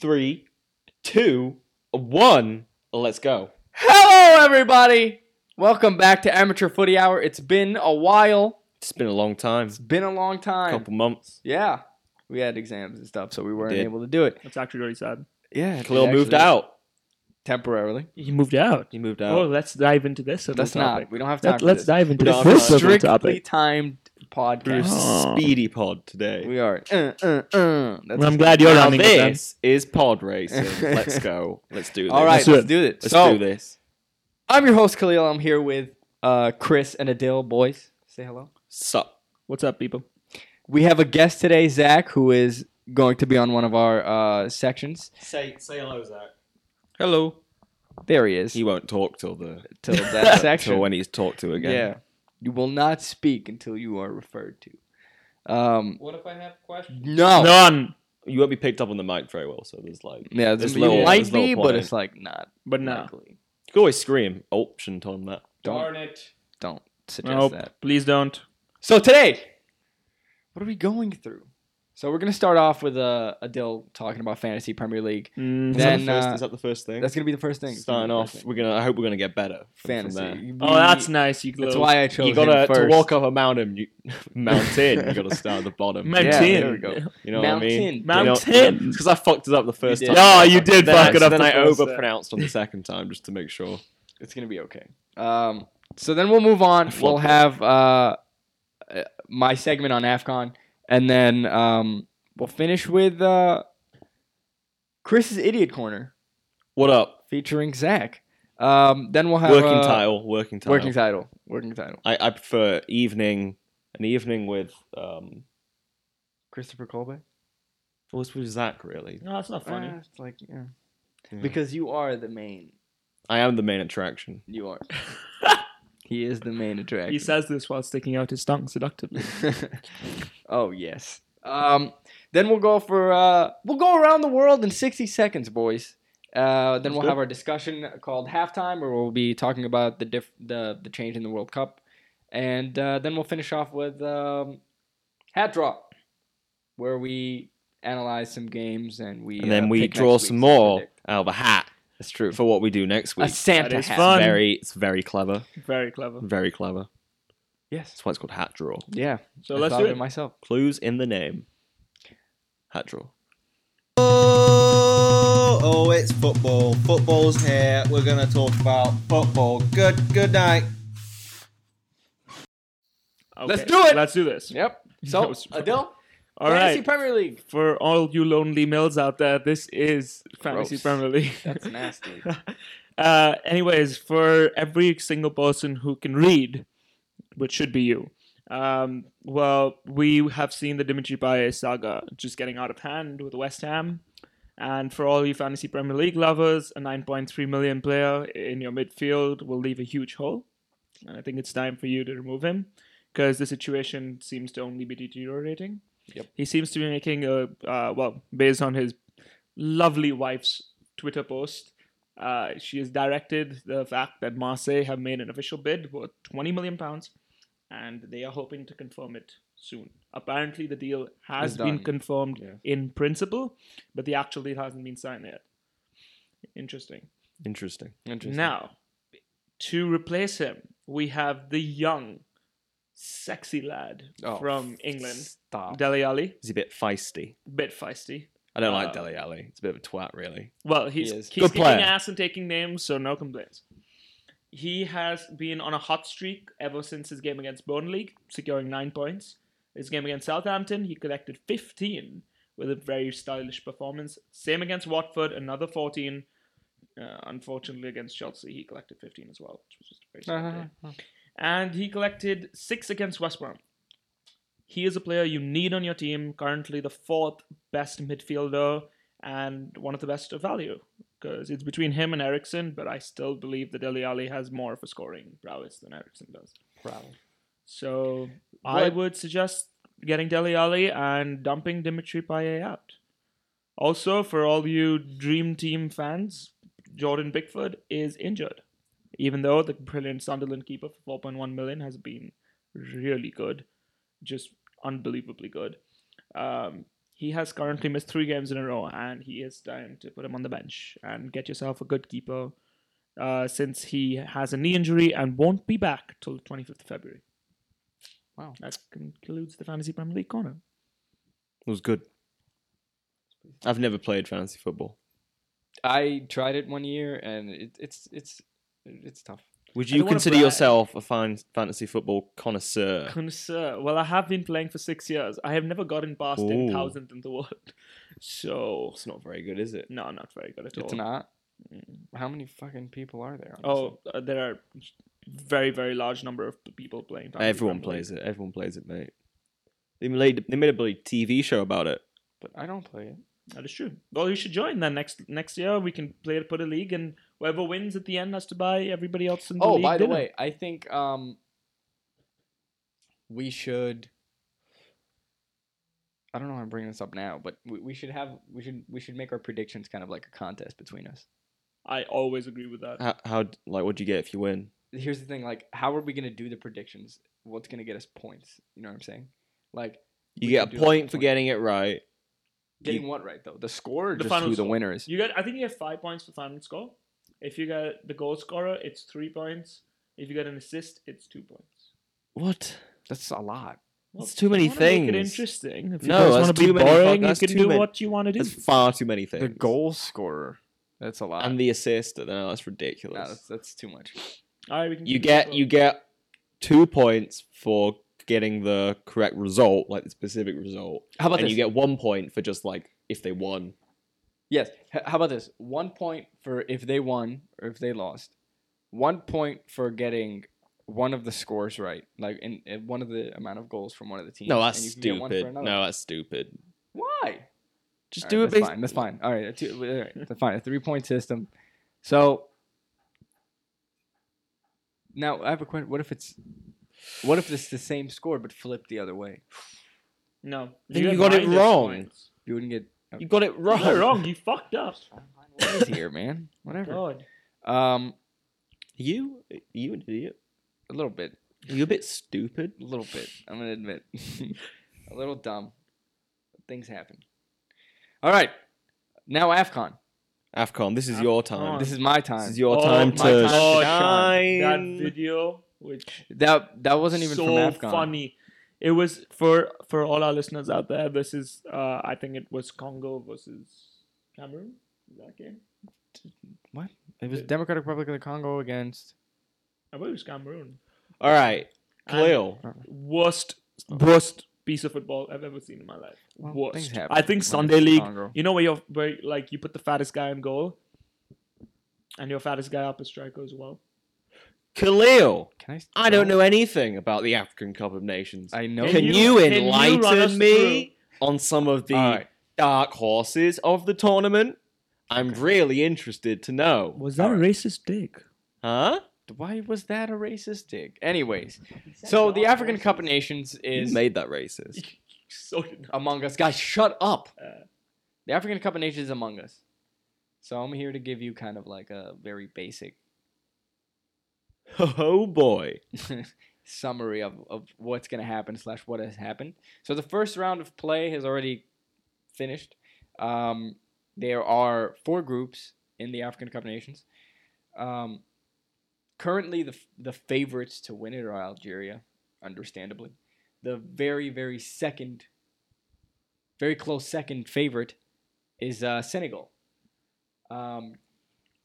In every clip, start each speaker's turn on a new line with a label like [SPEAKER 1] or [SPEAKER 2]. [SPEAKER 1] three, two, one. Let's go.
[SPEAKER 2] Hello, everybody. Welcome back to Amateur Footy Hour. It's been a while.
[SPEAKER 1] It's been a long time,
[SPEAKER 2] It's been a long
[SPEAKER 1] a
[SPEAKER 2] time.
[SPEAKER 1] couple months.
[SPEAKER 2] Yeah, we had exams and stuff, so we weren't
[SPEAKER 1] did.
[SPEAKER 2] able to do it.
[SPEAKER 3] That's actually really sad.
[SPEAKER 2] Yeah,
[SPEAKER 1] Khalil moved out.
[SPEAKER 2] temporarily.
[SPEAKER 3] He moved out.
[SPEAKER 1] He moved
[SPEAKER 3] Oh,
[SPEAKER 1] out.
[SPEAKER 3] let's dive into this. little
[SPEAKER 2] That's
[SPEAKER 3] topic.
[SPEAKER 2] not. We don't have time.
[SPEAKER 3] Let,
[SPEAKER 2] for
[SPEAKER 3] let's
[SPEAKER 2] this.
[SPEAKER 3] dive into
[SPEAKER 1] We
[SPEAKER 3] this
[SPEAKER 1] don't have
[SPEAKER 3] little
[SPEAKER 1] time.
[SPEAKER 2] Strictly
[SPEAKER 3] topic.
[SPEAKER 2] timed
[SPEAKER 1] Bruce
[SPEAKER 2] podcast.
[SPEAKER 3] Oh.
[SPEAKER 1] Speedy Pod today.
[SPEAKER 2] We are. Uh, uh, uh. That's
[SPEAKER 3] I'm glad you're
[SPEAKER 1] now
[SPEAKER 3] running with them.
[SPEAKER 1] this is pod racing. let's go. Let's do this.
[SPEAKER 2] All right,
[SPEAKER 3] do
[SPEAKER 2] let's
[SPEAKER 3] it.
[SPEAKER 2] do this.
[SPEAKER 1] Let's
[SPEAKER 2] so
[SPEAKER 1] do this.
[SPEAKER 2] I'm your host Khalil. I'm here with uh, Chris and Adil. Boys, say hello.
[SPEAKER 1] Sup?
[SPEAKER 3] What's up, people?
[SPEAKER 2] We have a guest today, Zach, who is going to be on one of our uh, sections.
[SPEAKER 1] Say say hello, Zach. Hello.
[SPEAKER 2] There he is.
[SPEAKER 1] He won't talk till the
[SPEAKER 2] till that
[SPEAKER 1] till
[SPEAKER 2] section.
[SPEAKER 1] when he's talked to again.
[SPEAKER 2] Yeah. You will not speak until you are referred to. Um,
[SPEAKER 1] What if I have questions?
[SPEAKER 2] no.
[SPEAKER 3] None,
[SPEAKER 1] You won't be picked up on the mic very well, so there's like
[SPEAKER 2] Yeah,
[SPEAKER 1] There's
[SPEAKER 2] this
[SPEAKER 1] little-
[SPEAKER 2] little, might
[SPEAKER 1] there's little
[SPEAKER 2] be, but
[SPEAKER 1] point.
[SPEAKER 2] it's like not
[SPEAKER 3] but no.
[SPEAKER 2] likely.
[SPEAKER 1] you could always scream option on that.
[SPEAKER 2] Don't- Darn
[SPEAKER 1] it.
[SPEAKER 2] Don't suggest
[SPEAKER 3] Nope.
[SPEAKER 2] that.
[SPEAKER 3] Please don't.
[SPEAKER 2] So today, what are we going through? So we're gonna start off with uh, Adil talking about fantasy Premier League.
[SPEAKER 3] Mm,
[SPEAKER 1] Is that,
[SPEAKER 2] Then,
[SPEAKER 1] the first,
[SPEAKER 2] uh,
[SPEAKER 1] is that the first thing?
[SPEAKER 2] That's gonna be the first thing. It's gonna
[SPEAKER 1] Starting
[SPEAKER 2] be the
[SPEAKER 1] off,
[SPEAKER 2] first thing.
[SPEAKER 1] we're gonna. I hope we're gonna get better. From, from there.
[SPEAKER 2] fantasy.
[SPEAKER 3] oh,
[SPEAKER 2] We-
[SPEAKER 3] that's nice. You
[SPEAKER 2] that's
[SPEAKER 3] little-
[SPEAKER 2] why I chose
[SPEAKER 1] You gotta
[SPEAKER 2] him
[SPEAKER 1] to
[SPEAKER 2] first.
[SPEAKER 1] walk up a mountain. You, mountain. You gotta start at the bottom.
[SPEAKER 3] Mountain.
[SPEAKER 2] Yeah, there we go.
[SPEAKER 1] You know what I mean?
[SPEAKER 2] Mountain.
[SPEAKER 3] Mountain.
[SPEAKER 1] Because I fucked it up the first
[SPEAKER 2] did.
[SPEAKER 1] time.
[SPEAKER 3] Yeah, you did
[SPEAKER 1] Then
[SPEAKER 3] fuck
[SPEAKER 1] I-
[SPEAKER 3] it
[SPEAKER 1] so
[SPEAKER 3] up
[SPEAKER 1] Then
[SPEAKER 3] the
[SPEAKER 1] I
[SPEAKER 3] first time.
[SPEAKER 1] overpronounced on the second time just to make sure.
[SPEAKER 2] It's gonna be okay. Um, so then we'll move on.
[SPEAKER 1] flopped
[SPEAKER 2] We'll
[SPEAKER 1] it.
[SPEAKER 2] have uh, uh, my segment on Afcon, and then um, we'll finish with uh, Chris's idiot corner
[SPEAKER 1] What up?
[SPEAKER 2] featuring Zach. Um, then we'll have
[SPEAKER 1] working
[SPEAKER 2] uh,
[SPEAKER 1] title. Working title.
[SPEAKER 2] Working title. Working title.
[SPEAKER 1] I, I prefer evening. An evening with um.
[SPEAKER 2] Christopher Colbe.
[SPEAKER 1] What's with Zach really?
[SPEAKER 3] No, that's not funny.
[SPEAKER 2] Ah, it's like yeah.
[SPEAKER 1] Yeah.
[SPEAKER 2] because you are the main.
[SPEAKER 1] I am the main attraction.
[SPEAKER 2] You are. he is the main attraction.
[SPEAKER 3] he says this while sticking out his tongue seductively.
[SPEAKER 2] oh yes. Um, then we'll go for uh, we'll go around the world in 60 seconds, boys. Uh, then
[SPEAKER 3] Sounds
[SPEAKER 2] we'll
[SPEAKER 3] good.
[SPEAKER 2] have our discussion called halftime, where we'll be talking about the diff- the the change in the World Cup, and uh, then we'll finish off with um, hat drop, where we analyze some games and we
[SPEAKER 1] And then
[SPEAKER 2] uh,
[SPEAKER 1] we
[SPEAKER 2] pick
[SPEAKER 1] draw
[SPEAKER 2] next week's
[SPEAKER 1] some more
[SPEAKER 2] predict-
[SPEAKER 1] out of a hat
[SPEAKER 2] That's true.
[SPEAKER 1] for what we do next
[SPEAKER 2] A
[SPEAKER 1] week.
[SPEAKER 2] Santa
[SPEAKER 3] That is
[SPEAKER 2] hat.
[SPEAKER 3] fun.
[SPEAKER 1] Very, it's very clever.
[SPEAKER 3] Very clever.
[SPEAKER 1] Very clever.
[SPEAKER 2] Yes.
[SPEAKER 1] That's why it's called hat draw.
[SPEAKER 2] Yeah.
[SPEAKER 3] So
[SPEAKER 2] I
[SPEAKER 3] let's
[SPEAKER 2] thought
[SPEAKER 3] do
[SPEAKER 2] of
[SPEAKER 3] it.
[SPEAKER 2] myself.
[SPEAKER 1] Clues in the name. Hat draw.
[SPEAKER 4] Oh, oh, it's football. Football's here. We're gonna talk about football. Good, good night.
[SPEAKER 2] Let's
[SPEAKER 3] Okay,
[SPEAKER 2] do it!
[SPEAKER 3] Let's do this.
[SPEAKER 2] Yep.
[SPEAKER 3] That
[SPEAKER 2] So
[SPEAKER 3] was-
[SPEAKER 2] Adele,
[SPEAKER 3] All
[SPEAKER 2] Fantasy
[SPEAKER 3] right.
[SPEAKER 2] Premier League.
[SPEAKER 3] For all you lonely mills out there, this is Fantasy
[SPEAKER 2] Gross.
[SPEAKER 3] Premier League.
[SPEAKER 2] That's nasty.
[SPEAKER 3] uh, anyways, for every single person who can read, which should be you, um, well, we have seen the Dimitri Payet saga just getting out of hand with West Ham. And for all you fantasy Premier League lovers, a 9.3 million player in your midfield will leave a huge hole. And I think it's time for you to remove him because the situation seems to only be deteriorating.
[SPEAKER 2] Yep.
[SPEAKER 3] He seems to be making a, uh, well, based on his lovely wife's Twitter post, uh, she has directed the fact that Marseille have made an official bid worth 20 million pounds, and they are hoping to confirm it soon. Apparently, the deal has
[SPEAKER 2] It's
[SPEAKER 3] been
[SPEAKER 2] done.
[SPEAKER 3] confirmed
[SPEAKER 2] Yes.
[SPEAKER 3] in principle, but the actual deal hasn't been signed yet. Interesting.
[SPEAKER 1] Interesting.
[SPEAKER 2] Interesting.
[SPEAKER 3] Now, to replace him, we have the young, sexy lad
[SPEAKER 2] Oh,
[SPEAKER 3] from England,
[SPEAKER 2] Stop.
[SPEAKER 3] Dele Alli.
[SPEAKER 1] He's a bit feisty.
[SPEAKER 3] Bit feisty.
[SPEAKER 1] I don't like
[SPEAKER 3] Uh,
[SPEAKER 1] Deli Alley. It's a bit of a twat, really.
[SPEAKER 3] Well, he's
[SPEAKER 2] is.
[SPEAKER 3] he's
[SPEAKER 1] Good
[SPEAKER 3] kicking
[SPEAKER 1] player.
[SPEAKER 3] ass and taking names, so no complaints. He has been on a hot streak ever since his game against Burnley, securing nine points. His game against Southampton, he collected 15 with a very stylish performance. Same against Watford, another 14. Uh, unfortunately, against Chelsea, he collected 15 as well, which was just a very sad day
[SPEAKER 2] Uh-huh.
[SPEAKER 3] and he collected six against West Brom. He is a player you need on your team, currently the fourth best midfielder and one of the best of value because it's between him and Ericsson, but I still believe that Dele Alli has more of a scoring prowess than Ericsson does. So I
[SPEAKER 2] What-
[SPEAKER 3] would suggest getting Dele Alli and dumping Dimitri Payet out. Also, for all you Dream Team fans, Jordan Bickford is injured, even though the brilliant Sunderland keeper for 4.1 million has been really good, just unbelievably good. Um, He has currently missed three games in a row, and he is time to put him on the bench and get yourself a good keeper. Uh, since he has a knee injury and won't be back till the 25th of February.
[SPEAKER 2] Wow.
[SPEAKER 3] That concludes the Fantasy Premier League corner.
[SPEAKER 1] It was good. I've never played fantasy football.
[SPEAKER 2] I tried it one year, and it, it's it's it's tough.
[SPEAKER 1] Would
[SPEAKER 3] I
[SPEAKER 1] you
[SPEAKER 3] don't wanna
[SPEAKER 1] consider
[SPEAKER 3] brag.
[SPEAKER 1] yourself a fan- fantasy football connoisseur?
[SPEAKER 3] Concern. Well, I have been playing for six years. I have never gotten past
[SPEAKER 1] Ooh.
[SPEAKER 3] 10,000th in the world. So,
[SPEAKER 1] It's not very good, is it?
[SPEAKER 3] no, not very good at all.
[SPEAKER 2] It's not. Mm, How many fucking people are there?
[SPEAKER 3] Oh, uh, there are very, very large number of p- people playing. Fantasy
[SPEAKER 1] Everyone
[SPEAKER 3] Premier League.
[SPEAKER 1] plays it. Everyone plays it, mate. They made they made a bloody TV show about it.
[SPEAKER 2] but I don't play it.
[SPEAKER 3] That is true. Well, you should join then next next year. We can play put a league, and whoever wins at the end has to buy everybody else in the
[SPEAKER 2] Oh,
[SPEAKER 3] league.
[SPEAKER 2] by the
[SPEAKER 3] dinner.
[SPEAKER 2] way, I think um we should. I don't know. why I'm bringing this up now, but we, we should have we should we should make our predictions kind of like a contest between us.
[SPEAKER 3] I always agree with
[SPEAKER 2] Uh,
[SPEAKER 3] that.
[SPEAKER 1] How, how d- like what do you get if you win?
[SPEAKER 2] here's the thing like how are we going to do the predictions what's going to get us points you know what i'm saying like
[SPEAKER 1] You
[SPEAKER 2] We
[SPEAKER 1] get
[SPEAKER 2] could
[SPEAKER 1] a
[SPEAKER 2] do it
[SPEAKER 1] point
[SPEAKER 2] for
[SPEAKER 1] for
[SPEAKER 2] point.
[SPEAKER 1] getting it right.
[SPEAKER 2] getting what right though the score or
[SPEAKER 3] The
[SPEAKER 2] just
[SPEAKER 3] final
[SPEAKER 2] who the
[SPEAKER 3] score.
[SPEAKER 2] winner is
[SPEAKER 3] You get, I think you get five points for final score. If you get the goal scorer, it's three points. If you get an assist, it's two points.
[SPEAKER 1] What?
[SPEAKER 2] that's a lot
[SPEAKER 1] That's too many
[SPEAKER 3] if you wanna Make it
[SPEAKER 1] things.
[SPEAKER 3] interesting. If you
[SPEAKER 1] No,
[SPEAKER 3] guys
[SPEAKER 1] that's
[SPEAKER 3] wanna be
[SPEAKER 1] too many, fuck,
[SPEAKER 3] boring, you
[SPEAKER 1] that's
[SPEAKER 3] can
[SPEAKER 1] too
[SPEAKER 3] do
[SPEAKER 1] many.
[SPEAKER 3] what you want to do.
[SPEAKER 1] There's far too many things.
[SPEAKER 2] the goal scorer that's a lot
[SPEAKER 1] and the assist. No, that's
[SPEAKER 2] no,
[SPEAKER 1] ridiculous.
[SPEAKER 2] that's, that's too much
[SPEAKER 3] All right, we can
[SPEAKER 1] you
[SPEAKER 3] keep it
[SPEAKER 1] get
[SPEAKER 3] short.
[SPEAKER 1] you get two points for getting the correct result, like the specific result,
[SPEAKER 2] how about
[SPEAKER 1] and
[SPEAKER 2] this
[SPEAKER 1] you get one point for just like if they won.
[SPEAKER 2] yes H- how about this one point for if they won or if they lost one point for getting one of the scores right like in, in one of the amount of goals from one of the teams
[SPEAKER 1] No, that's
[SPEAKER 2] and you can get one for
[SPEAKER 1] stupid.
[SPEAKER 2] another.
[SPEAKER 1] No, that's stupid.
[SPEAKER 2] why
[SPEAKER 1] Just
[SPEAKER 2] All
[SPEAKER 1] do
[SPEAKER 2] right,
[SPEAKER 1] it
[SPEAKER 2] that's
[SPEAKER 1] based.
[SPEAKER 2] fine. That's fine. All right, two, all right, that's fine. A three point system. So now I have a question. What if it's what if it's the same score but flipped the other way?
[SPEAKER 3] No,
[SPEAKER 1] Then you got it
[SPEAKER 3] minus
[SPEAKER 1] wrong.
[SPEAKER 3] points.
[SPEAKER 2] You wouldn't get
[SPEAKER 1] You got it
[SPEAKER 3] You
[SPEAKER 1] wrong.
[SPEAKER 3] got it wrong. You fucked up.
[SPEAKER 2] What is here, man. Whatever.
[SPEAKER 3] God.
[SPEAKER 2] Um,
[SPEAKER 1] You you an idiot.
[SPEAKER 2] a little bit,
[SPEAKER 1] You a bit stupid.
[SPEAKER 2] a little bit. I'm gonna admit, a little dumb. But things happen. All right. Now Afcon.
[SPEAKER 1] Afcon, this is your time.
[SPEAKER 3] Afcon.
[SPEAKER 1] This,
[SPEAKER 2] This is my time.
[SPEAKER 1] this is your
[SPEAKER 3] Oh,
[SPEAKER 1] time
[SPEAKER 2] my
[SPEAKER 1] to
[SPEAKER 2] time to
[SPEAKER 3] shine.
[SPEAKER 1] shine.
[SPEAKER 3] That video, which
[SPEAKER 2] that that wasn't even
[SPEAKER 3] so
[SPEAKER 2] from Afcon.
[SPEAKER 3] funny. It was for for all our listeners out there. This is uh, I think it was Congo versus Cameroon. Is that game?
[SPEAKER 2] It was Democratic Republic of the Congo against.
[SPEAKER 3] I believe it was Cameroon.
[SPEAKER 1] All right,
[SPEAKER 3] And
[SPEAKER 1] Khalil.
[SPEAKER 3] worst worst piece of football I've ever seen in my life.
[SPEAKER 2] Oh. Well, things
[SPEAKER 3] worst.
[SPEAKER 2] happen
[SPEAKER 3] I think
[SPEAKER 2] when
[SPEAKER 3] Sunday
[SPEAKER 2] it's
[SPEAKER 3] League.
[SPEAKER 2] Congo.
[SPEAKER 3] You know where you're where like you put the fattest guy in goal, and your fattest guy up as striker as well.
[SPEAKER 1] Khalil.
[SPEAKER 2] Can I?
[SPEAKER 1] I don't know anything about the African Cup of Nations.
[SPEAKER 2] I know.
[SPEAKER 1] Can
[SPEAKER 3] you-
[SPEAKER 1] Oh. you,
[SPEAKER 3] can you run
[SPEAKER 1] enlighten
[SPEAKER 3] us
[SPEAKER 1] me on some of the
[SPEAKER 2] All right.
[SPEAKER 1] dark horses of the tournament? I'm really interested to know.
[SPEAKER 3] Was that a racist dig?
[SPEAKER 1] Huh?
[SPEAKER 2] Why was that a racist dig? Anyways, so the African Cup of Nations
[SPEAKER 1] You
[SPEAKER 2] is
[SPEAKER 1] made that racist.
[SPEAKER 3] So did I.
[SPEAKER 2] among us. Guys, shut up.
[SPEAKER 3] Uh.
[SPEAKER 2] The African Cup of Nations is among us. So I'm here to give you kind of like a very basic
[SPEAKER 1] Oh boy.
[SPEAKER 2] summary of, of what's going to happen slash what has happened. So the first round of play has already finished. Um, there are four groups in the African Cup of Nations. Um, currently, the f- the favorites to win it are Algeria, understandably. The very very second, very close second favorite is uh, Senegal. Um,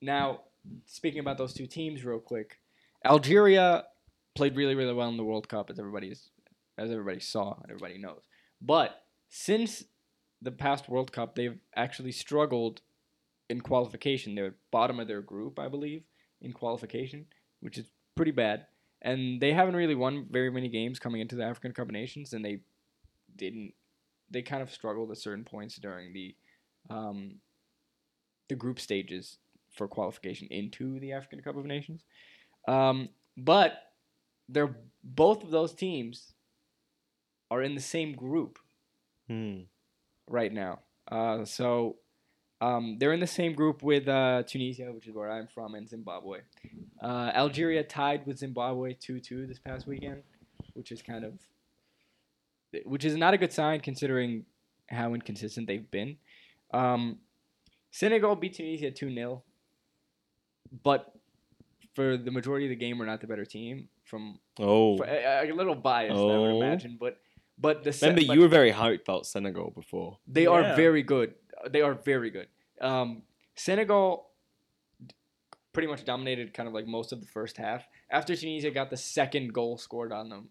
[SPEAKER 2] now, speaking about those two teams, real quick, Algeria played really really well in the World Cup as everybody's as everybody saw and everybody knows. But since the past World Cup, they've actually struggled in qualification. They're bottom of their group, I believe, in qualification, which is pretty bad. And they haven't really won very many games coming into the African Cup of Nations, and they didn't. They kind of struggled at certain points during the um, the group stages for qualification into the African Cup of Nations. Um, but they're both of those teams are in the same group
[SPEAKER 1] Hmm.
[SPEAKER 2] right now. Uh, so um, they're in the same group with uh, Tunisia, which is where I'm from, and Zimbabwe. Uh, Algeria tied with Zimbabwe 2 2 this past weekend, which is kind of. Which is not a good sign considering how inconsistent they've been. Um, Senegal beat Tunisia 2 0, but for the majority of the game, we're not the better team. From
[SPEAKER 1] Oh,
[SPEAKER 2] for, a, a little biased, I would
[SPEAKER 1] Oh.
[SPEAKER 2] imagine, but but the se-
[SPEAKER 1] remember
[SPEAKER 2] but
[SPEAKER 1] you were very hyped about Senegal before.
[SPEAKER 2] they
[SPEAKER 3] Yeah.
[SPEAKER 2] are very good. They are very good. Um, Senegal pretty much dominated kind of like most of the first half. After Tunisia got the second goal scored on them,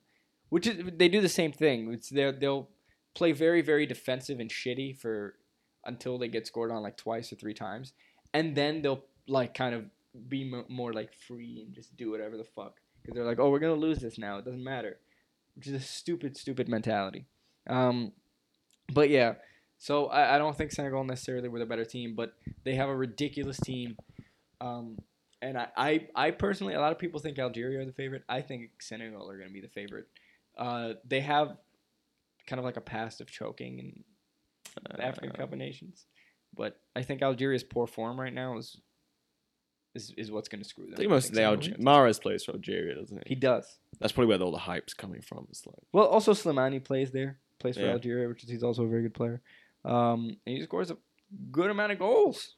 [SPEAKER 2] which is they do the same thing. It's they're- they'll play very very defensive and shitty for until they get scored on like twice or three times, and then they'll like kind of be mo- more like free and just do whatever the fuck because they're like, oh, we're gonna lose this now. It doesn't matter, which is a stupid stupid mentality. Um, but yeah, so I, I don't think Senegal necessarily were the better team, but they have a ridiculous team. Um, and I, I, I personally, a lot of people think Algeria are the favorite. I think Senegal are going to be the favorite. Uh, they have kind of like a past of choking in the
[SPEAKER 1] Uh.
[SPEAKER 2] African Cup of Nations, but I think Algeria's poor form right now is is, is what's going to screw them.
[SPEAKER 1] I think most of the
[SPEAKER 2] Senegal
[SPEAKER 1] Alge-
[SPEAKER 2] wins.
[SPEAKER 1] Mares plays for Algeria, doesn't he?
[SPEAKER 2] He does.
[SPEAKER 1] That's probably where all the hype's coming from. It's like
[SPEAKER 2] Well, also Slimani plays there, plays for
[SPEAKER 1] Yeah.
[SPEAKER 2] Algeria, which is he's also a very good player. Um, and he scores a good amount of goals,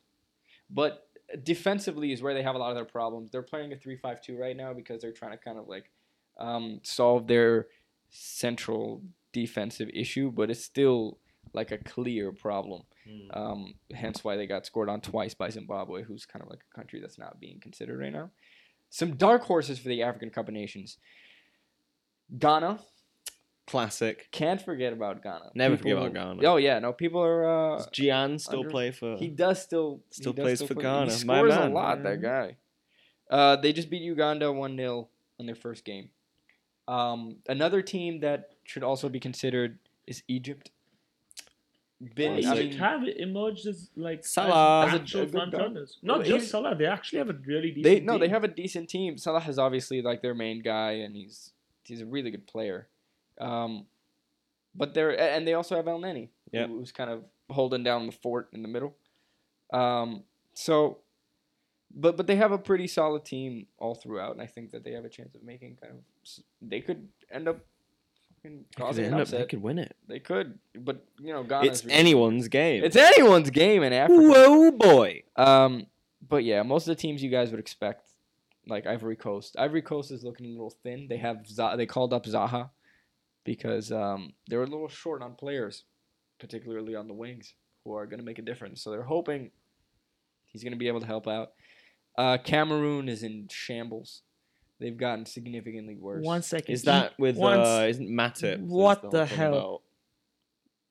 [SPEAKER 2] but defensively is where they have a lot of their problems. They're playing a 3-5-2 right now because they're trying to kind of like um, solve their central defensive issue, but it's still like a clear problem. Um, hence why they got scored on twice by Zimbabwe, who's kind of like a country that's not being considered right now. Some dark horses for the African Cup of Nations. Ghana,
[SPEAKER 1] classic.
[SPEAKER 2] can't forget about Ghana.
[SPEAKER 1] Never forget about Ghana.
[SPEAKER 2] Oh yeah, no, people are. Uh,
[SPEAKER 1] Does Gian still
[SPEAKER 2] under-
[SPEAKER 1] play for?
[SPEAKER 2] he does still he
[SPEAKER 1] Still
[SPEAKER 2] does
[SPEAKER 1] plays for
[SPEAKER 2] play-
[SPEAKER 1] Ghana.
[SPEAKER 2] He scores
[SPEAKER 1] My
[SPEAKER 2] a
[SPEAKER 1] man.
[SPEAKER 2] lot. That guy. Uh, they just beat Uganda one 0 in their first game. Um, another team that should also be considered is Egypt. Been
[SPEAKER 1] Well,
[SPEAKER 2] eating-
[SPEAKER 1] Egypt
[SPEAKER 3] have emerged as like
[SPEAKER 1] Salah.
[SPEAKER 2] as actual front runners. Not just
[SPEAKER 3] Salah. They actually have a really decent.
[SPEAKER 2] they no, they have a decent team. Salah is obviously like their main guy, and he's he's a really good player. Um, but they're a- and they also have El Neni,
[SPEAKER 1] Yep.
[SPEAKER 2] who- who's kind of holding down the fort in the middle. Um, so, but but they have a pretty solid team all throughout, and I think that they have a chance of making kind of s- they could end up fucking causing an upset.
[SPEAKER 1] could win it.
[SPEAKER 2] They could, but you know, Ghana.
[SPEAKER 1] It's anyone's game.
[SPEAKER 2] it's anyone's game in Africa.
[SPEAKER 1] whoa, boy.
[SPEAKER 2] Um, but yeah, most of the teams you guys would expect, like Ivory Coast. Ivory Coast is looking a little thin. They have Za- they called up Zaha because um, they were a little short on players, particularly on the wings, who are going to make a difference. So they're hoping he's going to be able to help out. Uh, Cameroon is in shambles. They've gotten significantly worse.
[SPEAKER 3] One second.
[SPEAKER 1] Is that with
[SPEAKER 3] Once-
[SPEAKER 1] uh, isn't Matip? that's
[SPEAKER 3] What the
[SPEAKER 1] I'm talking
[SPEAKER 3] hell?
[SPEAKER 1] about.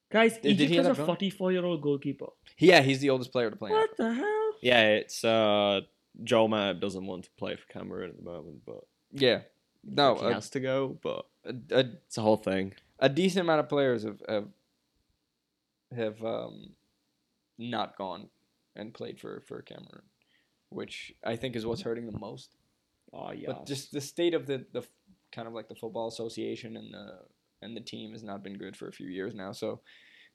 [SPEAKER 3] guys?
[SPEAKER 2] did he
[SPEAKER 3] Egypt has
[SPEAKER 2] end
[SPEAKER 3] a
[SPEAKER 2] up going?
[SPEAKER 3] 44 year old goalkeeper.
[SPEAKER 2] Yeah, he's the oldest player to play.
[SPEAKER 3] What the hell?
[SPEAKER 1] Yeah, it's uh, Joel Matip doesn't want to play for Cameroon at the moment, but
[SPEAKER 2] Yeah, no,
[SPEAKER 1] he
[SPEAKER 2] a,
[SPEAKER 1] has to go. But
[SPEAKER 2] a, a
[SPEAKER 1] uh, it's a whole thing.
[SPEAKER 2] a decent amount of players have have, have um, not gone and played for, for Cameroon, which I think is what's hurting the most.
[SPEAKER 3] Oh yeah.
[SPEAKER 2] But just the state of the, the f- kind of like the football association and the and the team has not been good for a few years now. So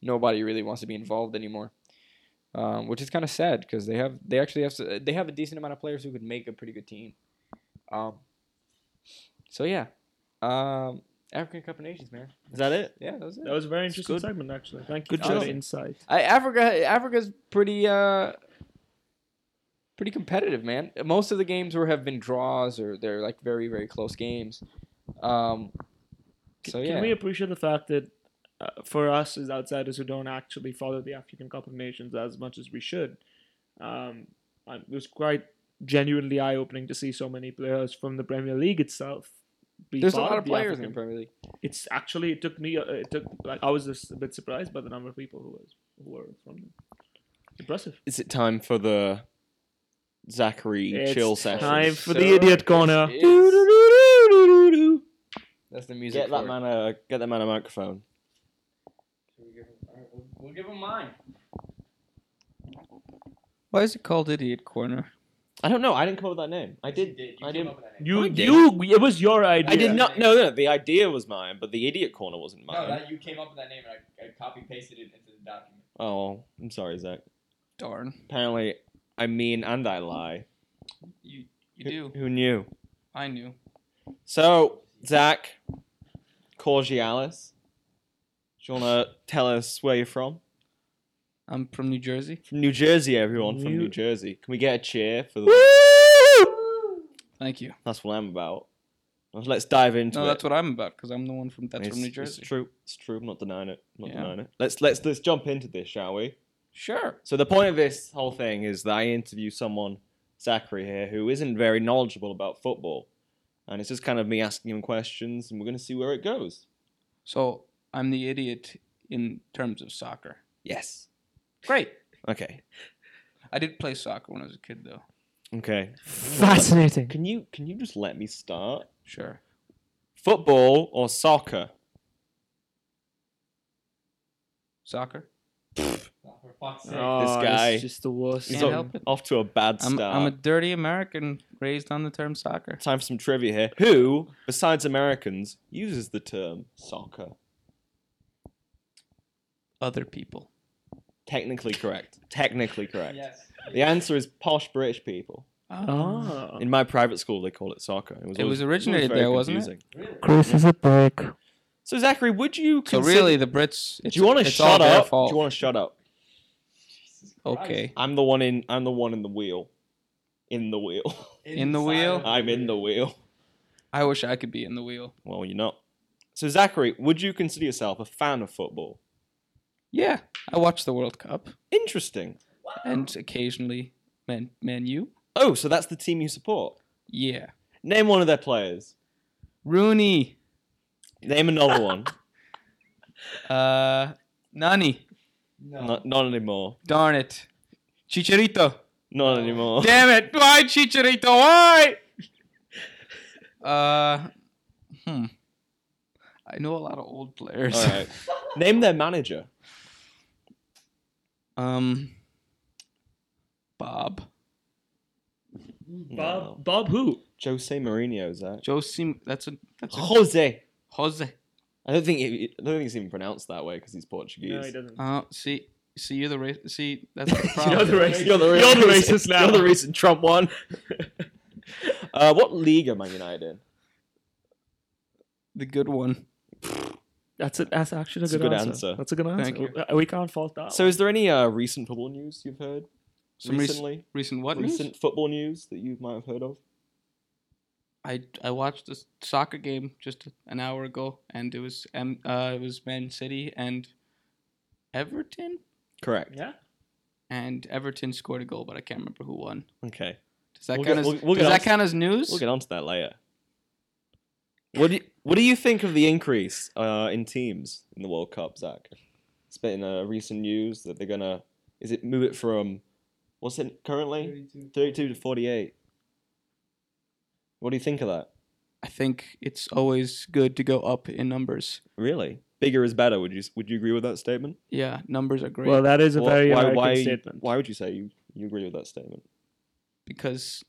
[SPEAKER 2] nobody really wants to be involved anymore, um, which is kind of sad because they have they actually have s- they have a decent amount of players who could make a pretty good team. Um, so yeah, um, African Cup of Nations, man.
[SPEAKER 1] Is that it?
[SPEAKER 2] Yeah, that was it.
[SPEAKER 3] that was a very
[SPEAKER 1] It's
[SPEAKER 3] interesting
[SPEAKER 1] good.
[SPEAKER 3] segment actually. Thank you
[SPEAKER 1] Good
[SPEAKER 3] for
[SPEAKER 1] job.
[SPEAKER 3] the insight.
[SPEAKER 2] I, Africa Africa's pretty uh pretty competitive, man. Most of the games were have been draws or they're like very very close games. Um so
[SPEAKER 3] Can
[SPEAKER 2] yeah.
[SPEAKER 3] we appreciate the fact that uh, for us as outsiders who don't actually follow the African Cup of Nations as much as we should, um, um, it was quite genuinely eye opening to see so many players from the Premier League itself. Be
[SPEAKER 2] There's a
[SPEAKER 3] part
[SPEAKER 2] lot of
[SPEAKER 3] the
[SPEAKER 2] players in the
[SPEAKER 3] African-
[SPEAKER 2] Premier League.
[SPEAKER 3] It's actually it took me uh, it took like I was just a bit surprised by the number of people who was who were from there. Impressive.
[SPEAKER 1] Is it time for the Zachary
[SPEAKER 3] It's
[SPEAKER 1] chill
[SPEAKER 3] time
[SPEAKER 1] session?
[SPEAKER 3] for the idiot corner.
[SPEAKER 2] Yes. That's the music.
[SPEAKER 1] Get
[SPEAKER 2] for
[SPEAKER 1] that
[SPEAKER 2] it.
[SPEAKER 1] man a get that man a microphone.
[SPEAKER 2] Should we give him- all right, we'll- We'll give him mine.
[SPEAKER 5] Why is it called Idiot Corner?
[SPEAKER 1] I don't know. I didn't come up with that name. I did. I did.
[SPEAKER 3] You
[SPEAKER 1] I did.
[SPEAKER 3] you it was your idea.
[SPEAKER 1] I did not. No, no. The idea was mine, but the idiot corner wasn't mine.
[SPEAKER 2] No, that you came up with that name and I, I copy pasted it into the document.
[SPEAKER 1] Oh, I'm sorry, Zach.
[SPEAKER 5] Darn.
[SPEAKER 1] Apparently, I mean and I lie.
[SPEAKER 5] You you
[SPEAKER 1] Who-
[SPEAKER 5] do.
[SPEAKER 1] Who knew?
[SPEAKER 5] I knew.
[SPEAKER 1] So, Zach Corgialis, do you want to tell us where you're from?
[SPEAKER 5] I'm from New Jersey.
[SPEAKER 1] From New Jersey, everyone from
[SPEAKER 3] New-
[SPEAKER 1] New Jersey. Can we get a cheer for the?
[SPEAKER 5] Thank you.
[SPEAKER 1] That's what I'm about. Let's dive into
[SPEAKER 5] No,
[SPEAKER 1] it.
[SPEAKER 5] that's what I'm about because I'm the one from that's
[SPEAKER 1] it's,
[SPEAKER 5] from New
[SPEAKER 1] it's
[SPEAKER 5] Jersey.
[SPEAKER 1] true. It's true. I'm not denying it. I'm not
[SPEAKER 5] Yeah.
[SPEAKER 1] denying it. Let's let's let's jump into this, shall we?
[SPEAKER 5] Sure.
[SPEAKER 1] So the point of this whole thing is that I interview someone, Zachary here, who isn't very knowledgeable about football, and it's just kind of me asking him questions, and we're gonna see where it goes.
[SPEAKER 5] So I'm the idiot in terms of soccer.
[SPEAKER 1] Yes.
[SPEAKER 5] Great.
[SPEAKER 1] Okay.
[SPEAKER 5] I did play soccer when I was a kid, though.
[SPEAKER 1] Okay.
[SPEAKER 3] Fascinating.
[SPEAKER 1] Can you can you just let me start?
[SPEAKER 5] Sure.
[SPEAKER 1] Football or soccer?
[SPEAKER 5] Soccer.
[SPEAKER 3] Oh,
[SPEAKER 1] This guy-
[SPEAKER 3] is just the worst.
[SPEAKER 1] He's
[SPEAKER 5] Can't
[SPEAKER 1] off-
[SPEAKER 5] help it.
[SPEAKER 1] off to a bad
[SPEAKER 5] I'm,
[SPEAKER 1] start.
[SPEAKER 5] I'm a dirty American raised on the term soccer.
[SPEAKER 1] Time for some trivia here. Who, besides Americans, uses the term soccer?
[SPEAKER 5] Other people.
[SPEAKER 1] Technically correct. Technically correct.
[SPEAKER 2] Yes.
[SPEAKER 1] The answer is posh British people.
[SPEAKER 3] Ah.
[SPEAKER 1] In my private school, they called it soccer. It was,
[SPEAKER 5] It
[SPEAKER 1] always-
[SPEAKER 5] was originated
[SPEAKER 1] very
[SPEAKER 5] there, wasn't it?
[SPEAKER 1] confusing.
[SPEAKER 3] Chris is a brick.
[SPEAKER 1] So Zachary, would you
[SPEAKER 5] So
[SPEAKER 1] consider?
[SPEAKER 5] really, the Brits. It's,
[SPEAKER 1] do you want to
[SPEAKER 5] it's all
[SPEAKER 1] shut
[SPEAKER 5] their
[SPEAKER 1] up?
[SPEAKER 5] fault.
[SPEAKER 1] Do you want to shut up?
[SPEAKER 5] okay.
[SPEAKER 1] I'm the one in. I'm the one in the wheel. In the wheel.
[SPEAKER 5] In the wheel?
[SPEAKER 1] I'm in the wheel.
[SPEAKER 5] I wish I could be in the wheel.
[SPEAKER 1] Well, you're not. So Zachary, would you consider yourself a fan of football?
[SPEAKER 5] Yeah, I watch the World Cup
[SPEAKER 1] Interesting.
[SPEAKER 5] and occasionally Man Man U.
[SPEAKER 1] Oh, so that's the team you support.
[SPEAKER 5] Yeah,
[SPEAKER 1] Name one of their players.
[SPEAKER 5] Rooney,
[SPEAKER 1] Name another one.
[SPEAKER 5] uh, Nani.
[SPEAKER 1] Not, not anymore.
[SPEAKER 5] Darn it, Chicharito.
[SPEAKER 1] Not anymore.
[SPEAKER 5] Damn it! Why Chicharito? Why? Uh, hmm. I know a lot of old players.
[SPEAKER 1] All right. Name their manager.
[SPEAKER 5] Um, Bob.
[SPEAKER 1] No.
[SPEAKER 3] Bob, Bob who?
[SPEAKER 1] Jose Mourinho, Zach.
[SPEAKER 5] Jose. That's a that's a
[SPEAKER 1] Jose.
[SPEAKER 5] Jose.
[SPEAKER 1] I don't think it, I don't think it's even pronounced that way because he's Portuguese.
[SPEAKER 3] doesn't.
[SPEAKER 5] Uh, see, see, you're the race. See, that's the problem.
[SPEAKER 3] Ah. You're the racist.
[SPEAKER 1] You're the
[SPEAKER 3] You're
[SPEAKER 1] racist,
[SPEAKER 3] the racist now.
[SPEAKER 1] You're the reason Trump won. uh, what league are Man United in?
[SPEAKER 5] the good one.
[SPEAKER 3] That's a, that's actually a
[SPEAKER 1] It's a
[SPEAKER 3] good,
[SPEAKER 1] good
[SPEAKER 3] answer.
[SPEAKER 1] answer.
[SPEAKER 3] That's a good answer.
[SPEAKER 5] Thank
[SPEAKER 3] Uh, We can't fault that.
[SPEAKER 1] So, is there any uh, recent football news you've heard
[SPEAKER 5] Some recent-
[SPEAKER 1] recently?
[SPEAKER 5] Recent what? news?
[SPEAKER 1] recent football news that you might have heard of?
[SPEAKER 5] I I watched this soccer game just an hour ago, and it was M, uh, it was Man City and Everton,
[SPEAKER 1] Correct.
[SPEAKER 3] yeah.
[SPEAKER 5] and Everton scored a goal, but I can't remember who won.
[SPEAKER 1] Okay.
[SPEAKER 5] Does that
[SPEAKER 1] We'll
[SPEAKER 5] count
[SPEAKER 1] get-
[SPEAKER 5] as
[SPEAKER 1] we'll- we'll
[SPEAKER 5] does
[SPEAKER 1] get
[SPEAKER 5] that
[SPEAKER 1] on-
[SPEAKER 5] count as news?
[SPEAKER 1] We'll get onto that later. What do you, what do you think of the increase uh, in teams in the World Cup, Zach? It's been uh, recent news that they're gonna is it move it from what's it currently thirty two to forty eight. What do you think of that?
[SPEAKER 5] I think it's always good to go up in numbers.
[SPEAKER 1] Really, bigger is better. Would you would you agree with that statement?
[SPEAKER 5] Yeah, numbers are great
[SPEAKER 3] Well, that is a
[SPEAKER 1] Wha-
[SPEAKER 3] very American
[SPEAKER 1] why,
[SPEAKER 3] statement.
[SPEAKER 1] Why would you say you, you agree with that statement?
[SPEAKER 5] because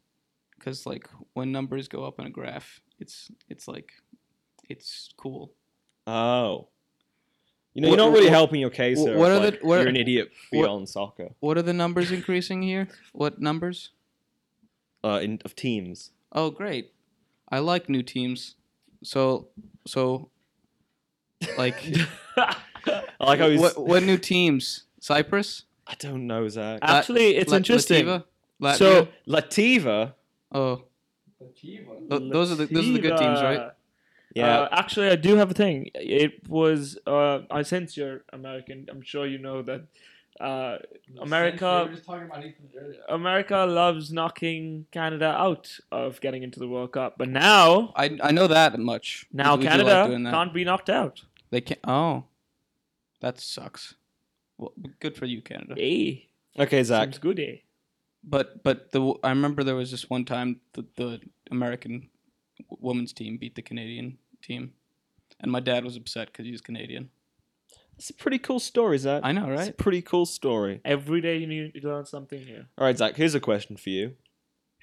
[SPEAKER 5] because like when numbers go up in a graph, it's it's like it's cool.
[SPEAKER 1] Oh, you know
[SPEAKER 5] What-
[SPEAKER 1] you're not really
[SPEAKER 5] what-
[SPEAKER 1] helping your case.
[SPEAKER 5] wh-
[SPEAKER 1] Here
[SPEAKER 5] what
[SPEAKER 1] if,
[SPEAKER 5] are the-
[SPEAKER 1] like,
[SPEAKER 5] what-
[SPEAKER 1] you're an idiot
[SPEAKER 5] what-
[SPEAKER 1] beyond soccer
[SPEAKER 5] What are the numbers increasing here? What numbers?
[SPEAKER 1] uh, in, of teams.
[SPEAKER 5] Oh, great. I like new teams. So, so, like,
[SPEAKER 1] I like how he's,
[SPEAKER 5] what, what new teams? Cyprus?
[SPEAKER 1] I don't know, Zach.
[SPEAKER 3] Actually, it's
[SPEAKER 5] La-
[SPEAKER 3] interesting.
[SPEAKER 5] Lativa? Latvia?
[SPEAKER 1] So Lativa,
[SPEAKER 5] oh, Th- those are the- those are the good teams, right?
[SPEAKER 3] Lativa.
[SPEAKER 1] yeah,
[SPEAKER 3] Uh, actually, I do have a thing. It was. Uh, I sense you're American. I'm sure you know that. Uh, America-
[SPEAKER 2] We were just talking about Ethan earlier.
[SPEAKER 3] America loves knocking Canada out of getting into the World Cup, but now,
[SPEAKER 5] I, I know that much.
[SPEAKER 3] now
[SPEAKER 5] We- we do like
[SPEAKER 3] Canada
[SPEAKER 5] doing that.
[SPEAKER 3] can't be knocked out.
[SPEAKER 5] They can't. Oh, that sucks. Well, good for you, Canada.
[SPEAKER 3] Eh?
[SPEAKER 1] Okay, Zach.
[SPEAKER 3] seems good. Eh?
[SPEAKER 5] But but the I remember there was this one time the the American w- women's team beat the Canadian team, and my dad was upset because he was Canadian.
[SPEAKER 1] It's a pretty cool story, Zach.
[SPEAKER 5] I know,
[SPEAKER 1] It's a
[SPEAKER 5] right?
[SPEAKER 1] pretty cool story.
[SPEAKER 3] Every day you need to learn something new.
[SPEAKER 1] All right, Zach. Here's a question for you.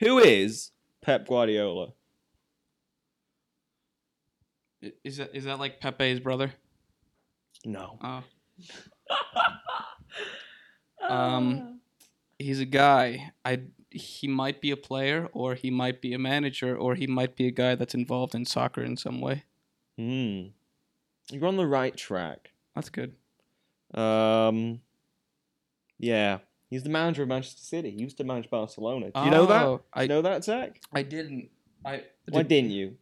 [SPEAKER 1] Who is Pep Guardiola?
[SPEAKER 5] I- Is that is that like Pepe's brother?
[SPEAKER 1] No.
[SPEAKER 5] Oh. um, he's a guy. I he might be a player, or he might be a manager, or he might be a guy that's involved in soccer in some way.
[SPEAKER 1] Hmm. You're on the right track.
[SPEAKER 5] That's good.
[SPEAKER 1] Um. Yeah, he's the manager of Manchester City. He used to manage Barcelona. Do you know that?
[SPEAKER 5] Oh, I
[SPEAKER 1] You know that, Zach?
[SPEAKER 5] I didn't. I
[SPEAKER 1] Why didn't you?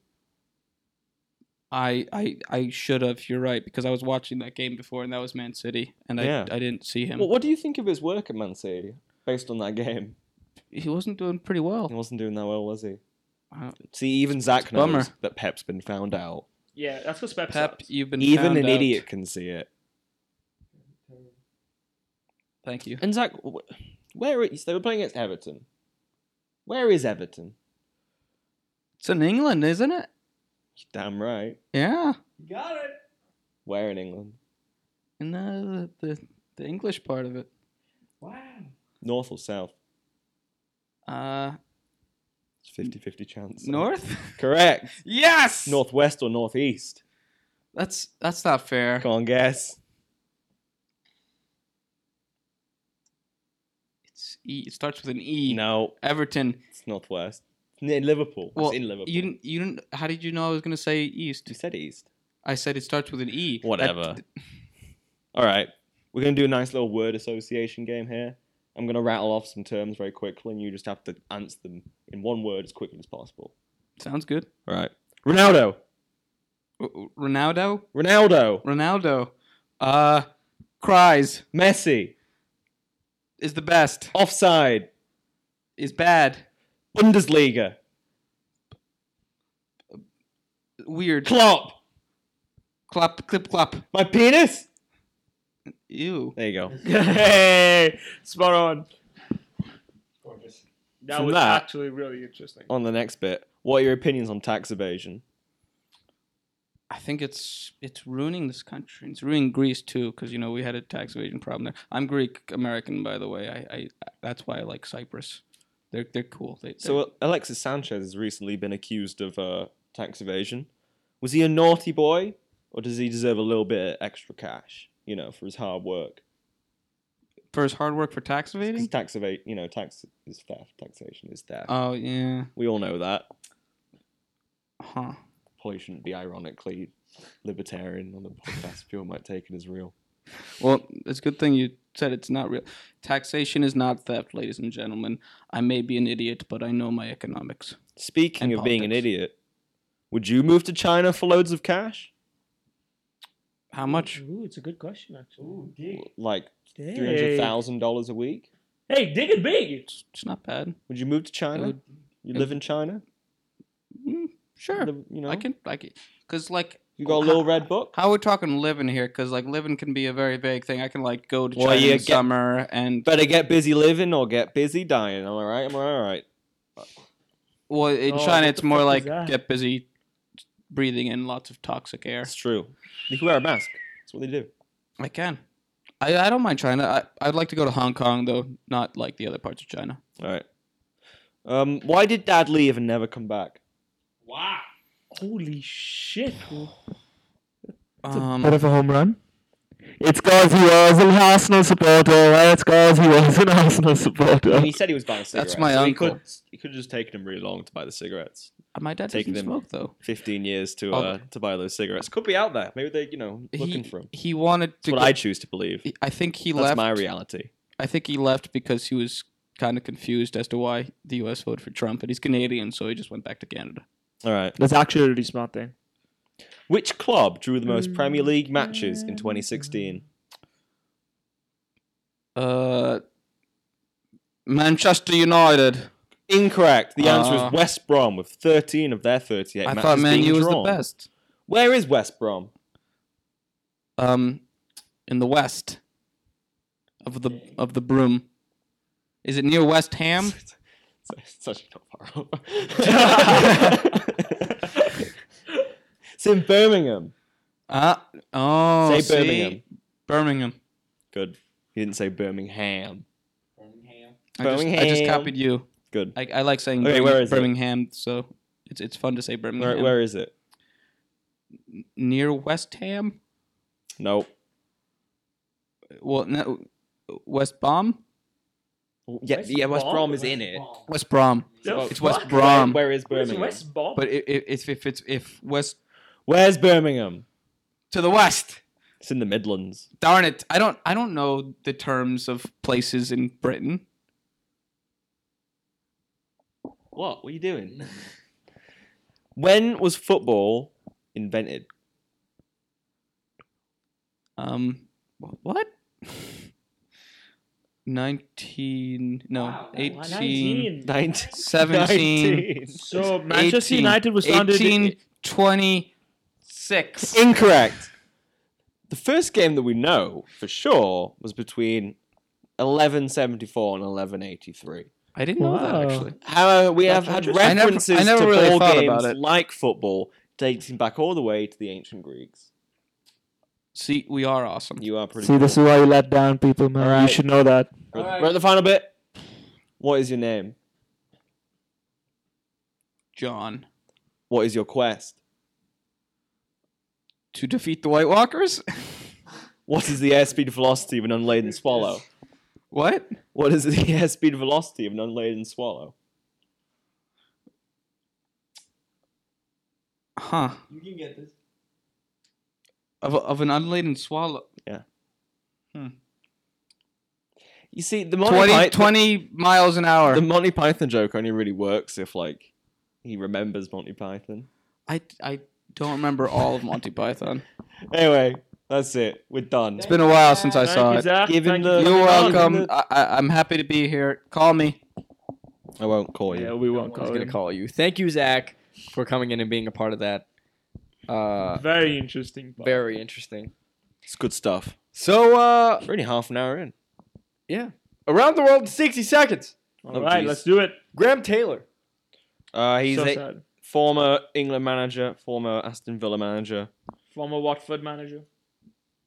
[SPEAKER 5] I I I should have. You're right because I was watching that game before and that was Man City and I
[SPEAKER 1] Yeah.
[SPEAKER 5] I didn't see him.
[SPEAKER 1] Well, what do you think of his work at Man City based on that game?
[SPEAKER 5] he wasn't doing pretty
[SPEAKER 1] He
[SPEAKER 5] well.
[SPEAKER 1] wasn't doing that well, was he?
[SPEAKER 5] Wow.
[SPEAKER 1] See, even Zach knows
[SPEAKER 5] bummer.
[SPEAKER 1] that Pep's been found out.
[SPEAKER 3] Yeah, that's because Pep.
[SPEAKER 5] Pep, you've been
[SPEAKER 1] even
[SPEAKER 5] found
[SPEAKER 1] an
[SPEAKER 5] out.
[SPEAKER 1] idiot can see it.
[SPEAKER 5] Thank you.
[SPEAKER 1] And Zach, wh- where is they were playing against Everton? Where is Everton?
[SPEAKER 5] It's in England, isn't it?
[SPEAKER 1] You're damn right.
[SPEAKER 5] Yeah,
[SPEAKER 2] Got it.
[SPEAKER 1] Where in England?
[SPEAKER 5] in the the, the English part of it.
[SPEAKER 2] Wow.
[SPEAKER 1] North or south?
[SPEAKER 5] Uh,
[SPEAKER 1] It's 50-50 chance.
[SPEAKER 5] North.
[SPEAKER 1] Correct.
[SPEAKER 5] yes.
[SPEAKER 1] Northwest or northeast?
[SPEAKER 5] That's that's not fair.
[SPEAKER 1] Come on, guess.
[SPEAKER 5] It's e, it starts with an E.
[SPEAKER 1] No,
[SPEAKER 5] Everton.
[SPEAKER 1] it's northwest. It's near Liverpool.
[SPEAKER 5] Well,
[SPEAKER 1] it's in Liverpool.
[SPEAKER 5] You didn't. You didn't. How did you know I was gonna say East?
[SPEAKER 1] You said east.
[SPEAKER 5] I said it starts with an E. That-
[SPEAKER 1] Whatever. All right. We're going to do a nice little word association game here. I'm going to rattle off some terms very quickly, and you just have to answer them in one word as quickly as possible.
[SPEAKER 5] sounds good.
[SPEAKER 1] All right. Ronaldo.
[SPEAKER 5] R- Ronaldo.
[SPEAKER 1] Ronaldo.
[SPEAKER 5] Ronaldo. Uh, cries
[SPEAKER 1] Messi.
[SPEAKER 5] is the best.
[SPEAKER 1] Offside.
[SPEAKER 5] Is bad.
[SPEAKER 1] Bundesliga.
[SPEAKER 5] Weird.
[SPEAKER 1] Klopp.
[SPEAKER 5] Clop. Clip. Clop.
[SPEAKER 1] My penis.
[SPEAKER 5] Ew.
[SPEAKER 1] There you go.
[SPEAKER 3] hey, spot on.
[SPEAKER 2] Gorgeous.
[SPEAKER 3] That
[SPEAKER 1] From
[SPEAKER 3] was
[SPEAKER 1] that-
[SPEAKER 3] actually really interesting.
[SPEAKER 1] On the next bit, what are your opinions on tax evasion?
[SPEAKER 5] I think it's it's ruining this country. It's ruining Greece too, because you know we had a tax evasion problem there. I'm Greek American, by the way. I, I that's why I like Cyprus. They're they're cool. They,
[SPEAKER 1] So Alexis Sanchez has recently been accused of uh, tax evasion. Was he a naughty boy, or does he deserve a little bit of extra cash? You know, for his hard work.
[SPEAKER 5] for his hard work for tax
[SPEAKER 1] 'Cause
[SPEAKER 5] evading.
[SPEAKER 1] tax eva- you know, tax is theft. Taxation is theft.
[SPEAKER 5] Oh yeah.
[SPEAKER 1] we all know that.
[SPEAKER 5] Huh.
[SPEAKER 1] Probably shouldn't be ironically libertarian on the podcast. People might take it as real.
[SPEAKER 5] Well, it's a good thing you said it's not real. Taxation is not theft, ladies and gentlemen. I may be an idiot, but I know my economics.
[SPEAKER 1] Speaking
[SPEAKER 5] And
[SPEAKER 1] of being an
[SPEAKER 5] politics.
[SPEAKER 1] idiot, would you move to China for loads of cash?
[SPEAKER 5] How much?
[SPEAKER 3] Ooh, it's a good question actually.
[SPEAKER 1] Like
[SPEAKER 3] Hey.
[SPEAKER 1] three hundred thousand dollars a week?
[SPEAKER 3] Hey, dig it big.
[SPEAKER 5] It's, it's not bad.
[SPEAKER 1] Would you move to China?
[SPEAKER 5] would-
[SPEAKER 1] you
[SPEAKER 5] it-
[SPEAKER 1] live in China?
[SPEAKER 5] Mm, sure.
[SPEAKER 1] Live- you know,
[SPEAKER 5] I can. I can. Cause like
[SPEAKER 1] you got a little red book.
[SPEAKER 5] How we're talking living here, because like living can be a very vague thing. I can like go to
[SPEAKER 1] Well,
[SPEAKER 5] China in
[SPEAKER 1] you
[SPEAKER 5] the
[SPEAKER 1] get-
[SPEAKER 5] summer and
[SPEAKER 1] Better get busy living or get busy dying. Am I right? Am I all right?
[SPEAKER 5] well in
[SPEAKER 3] Oh, what
[SPEAKER 5] China it's
[SPEAKER 3] the
[SPEAKER 5] more
[SPEAKER 3] fuck is
[SPEAKER 5] like
[SPEAKER 3] that?
[SPEAKER 5] get busy breathing in lots of toxic air.
[SPEAKER 1] It's true. You can wear a mask. That's what they do.
[SPEAKER 5] I can. I, I don't mind China. I, I'd like to go to Hong Kong though, not like the other parts of China.
[SPEAKER 1] All right. Um, why did Dad leave and never come back?
[SPEAKER 2] Wow.
[SPEAKER 3] Holy shit.
[SPEAKER 5] Um,
[SPEAKER 3] of a home run. It's because he was an Arsenal supporter. It's because he was an Arsenal supporter.
[SPEAKER 1] he said he was buying cigarettes.
[SPEAKER 5] That's my
[SPEAKER 1] so He
[SPEAKER 5] uncle. Uh,
[SPEAKER 1] could, he could have just taken him really long to buy the cigarettes.
[SPEAKER 5] my dad
[SPEAKER 1] Take
[SPEAKER 5] doesn't
[SPEAKER 1] them.
[SPEAKER 5] smoke though.
[SPEAKER 1] Fifteen years to
[SPEAKER 5] Oh.
[SPEAKER 1] uh, to buy those cigarettes. Could be out there. Maybe they, you know, looking
[SPEAKER 5] He,
[SPEAKER 1] for him.
[SPEAKER 5] he wanted
[SPEAKER 1] That's
[SPEAKER 5] to.
[SPEAKER 1] what
[SPEAKER 5] go-
[SPEAKER 1] I choose to believe.
[SPEAKER 5] I think he
[SPEAKER 1] That's
[SPEAKER 5] left.
[SPEAKER 1] my reality.
[SPEAKER 5] I think he left because he was kind of confused as to why the U.S. voted for Trump, and he's Canadian, so he just went back to Canada.
[SPEAKER 1] All right.
[SPEAKER 3] That's actually a really smart thing.
[SPEAKER 1] Which club drew the most Premier League matches
[SPEAKER 5] Mm.
[SPEAKER 1] in 2016?
[SPEAKER 5] Uh, Manchester United.
[SPEAKER 1] Incorrect. The answer
[SPEAKER 5] Ah.
[SPEAKER 1] is West Brom with 13 of their 38
[SPEAKER 5] I
[SPEAKER 1] matches
[SPEAKER 5] thought Man
[SPEAKER 1] being
[SPEAKER 5] U was the
[SPEAKER 1] drawn.
[SPEAKER 5] best.
[SPEAKER 1] Where is West Brom?
[SPEAKER 5] Um, in the West of the of the broom. Is it near West Ham?
[SPEAKER 1] It's, it's actually not far off. it's in Birmingham.
[SPEAKER 5] Uh, oh,
[SPEAKER 1] Say
[SPEAKER 5] see?
[SPEAKER 1] Birmingham.
[SPEAKER 5] Birmingham.
[SPEAKER 1] Good. You didn't say Birmingham.
[SPEAKER 5] I just, I just
[SPEAKER 1] Birmingham.
[SPEAKER 5] copied you.
[SPEAKER 1] Good.
[SPEAKER 5] I, I like saying
[SPEAKER 1] Okay,
[SPEAKER 5] Birmingham,
[SPEAKER 1] where is it?
[SPEAKER 5] Birmingham, so it's it's fun to say Birmingham.
[SPEAKER 1] Where, where is it?
[SPEAKER 5] Near West Ham?
[SPEAKER 1] No.
[SPEAKER 5] Well, no, West Brom?
[SPEAKER 1] Yeah,
[SPEAKER 3] West
[SPEAKER 1] yeah, West
[SPEAKER 3] Brom?
[SPEAKER 1] Brom is in it.
[SPEAKER 5] West Brom.
[SPEAKER 3] The
[SPEAKER 5] It's West
[SPEAKER 3] fuck?
[SPEAKER 5] Brom.
[SPEAKER 1] Where is
[SPEAKER 3] Where's
[SPEAKER 1] Birmingham?
[SPEAKER 3] West Brom?
[SPEAKER 5] But i- i- if if it's if West
[SPEAKER 1] Where's Birmingham?
[SPEAKER 5] to the west,
[SPEAKER 1] It's in the Midlands.
[SPEAKER 5] Darn it! I don't I don't know the terms of places in Britain.
[SPEAKER 1] What? What are you doing? when was football invented?
[SPEAKER 5] Um, wh- what? Nineteen? No, eighteen.
[SPEAKER 1] 19.
[SPEAKER 5] 17,
[SPEAKER 3] So Manchester
[SPEAKER 5] 18,
[SPEAKER 3] United was founded. in-
[SPEAKER 5] 1826.
[SPEAKER 1] Incorrect. The first game that we know for sure was between 1174 and 1183.
[SPEAKER 5] I didn't know
[SPEAKER 3] Wow.
[SPEAKER 5] that actually.
[SPEAKER 1] However, we have had
[SPEAKER 5] interesting. I never-
[SPEAKER 1] references
[SPEAKER 5] I never
[SPEAKER 1] to
[SPEAKER 5] really
[SPEAKER 1] ball
[SPEAKER 5] thought
[SPEAKER 1] games
[SPEAKER 5] about it.
[SPEAKER 1] like football dating back all the way to the ancient Greeks.
[SPEAKER 5] See, we are awesome.
[SPEAKER 1] You are pretty.
[SPEAKER 3] See, this is
[SPEAKER 1] cool.
[SPEAKER 3] why you let down people, man. You
[SPEAKER 1] Alright.
[SPEAKER 3] should know that.
[SPEAKER 1] We're,
[SPEAKER 2] Alright.
[SPEAKER 1] we're at the final bit. What is your name?
[SPEAKER 5] John,
[SPEAKER 1] What is your quest?
[SPEAKER 5] to defeat the White Walkers?
[SPEAKER 1] What is the airspeed velocity of an unladen swallow?
[SPEAKER 5] what?
[SPEAKER 1] What is the airspeed velocity of an unladen swallow?
[SPEAKER 5] Huh.
[SPEAKER 2] You can get this.
[SPEAKER 5] Of, of an unladen swallow.
[SPEAKER 1] You see, the Monty,
[SPEAKER 5] 20,
[SPEAKER 1] Pyth-
[SPEAKER 5] 20 miles an hour.
[SPEAKER 1] the Monty Python joke only really works if like he remembers Monty Python.
[SPEAKER 5] I, I don't remember all of Monty Python.
[SPEAKER 1] Anyway, that's it. We're done.
[SPEAKER 5] It's been a while since I
[SPEAKER 3] Thank
[SPEAKER 5] saw
[SPEAKER 3] you,
[SPEAKER 5] it.
[SPEAKER 3] Zach.
[SPEAKER 1] Give him
[SPEAKER 3] Thank
[SPEAKER 1] the-
[SPEAKER 3] you.
[SPEAKER 5] You're
[SPEAKER 1] Thank you.
[SPEAKER 5] welcome. I, I, I'm happy to be here. Call me.
[SPEAKER 1] I won't call
[SPEAKER 3] Yeah,
[SPEAKER 1] you.
[SPEAKER 3] we won't
[SPEAKER 2] I was
[SPEAKER 3] call
[SPEAKER 2] gonna
[SPEAKER 3] it.
[SPEAKER 2] call you. Thank you, Zach, for coming in and being a part of that. Uh,
[SPEAKER 3] Very interesting. but-
[SPEAKER 2] very interesting.
[SPEAKER 1] It's good stuff.
[SPEAKER 2] So, uh,
[SPEAKER 1] We're only half an hour in.
[SPEAKER 2] yeah, around the world in sixty seconds.
[SPEAKER 3] All
[SPEAKER 1] Oh,
[SPEAKER 3] right,
[SPEAKER 1] geez.
[SPEAKER 3] let's do it.
[SPEAKER 2] Graham Taylor.
[SPEAKER 1] Uh, he's
[SPEAKER 3] So
[SPEAKER 1] a
[SPEAKER 3] sad.
[SPEAKER 1] former England manager, former Aston Villa manager,
[SPEAKER 3] Former Watford manager.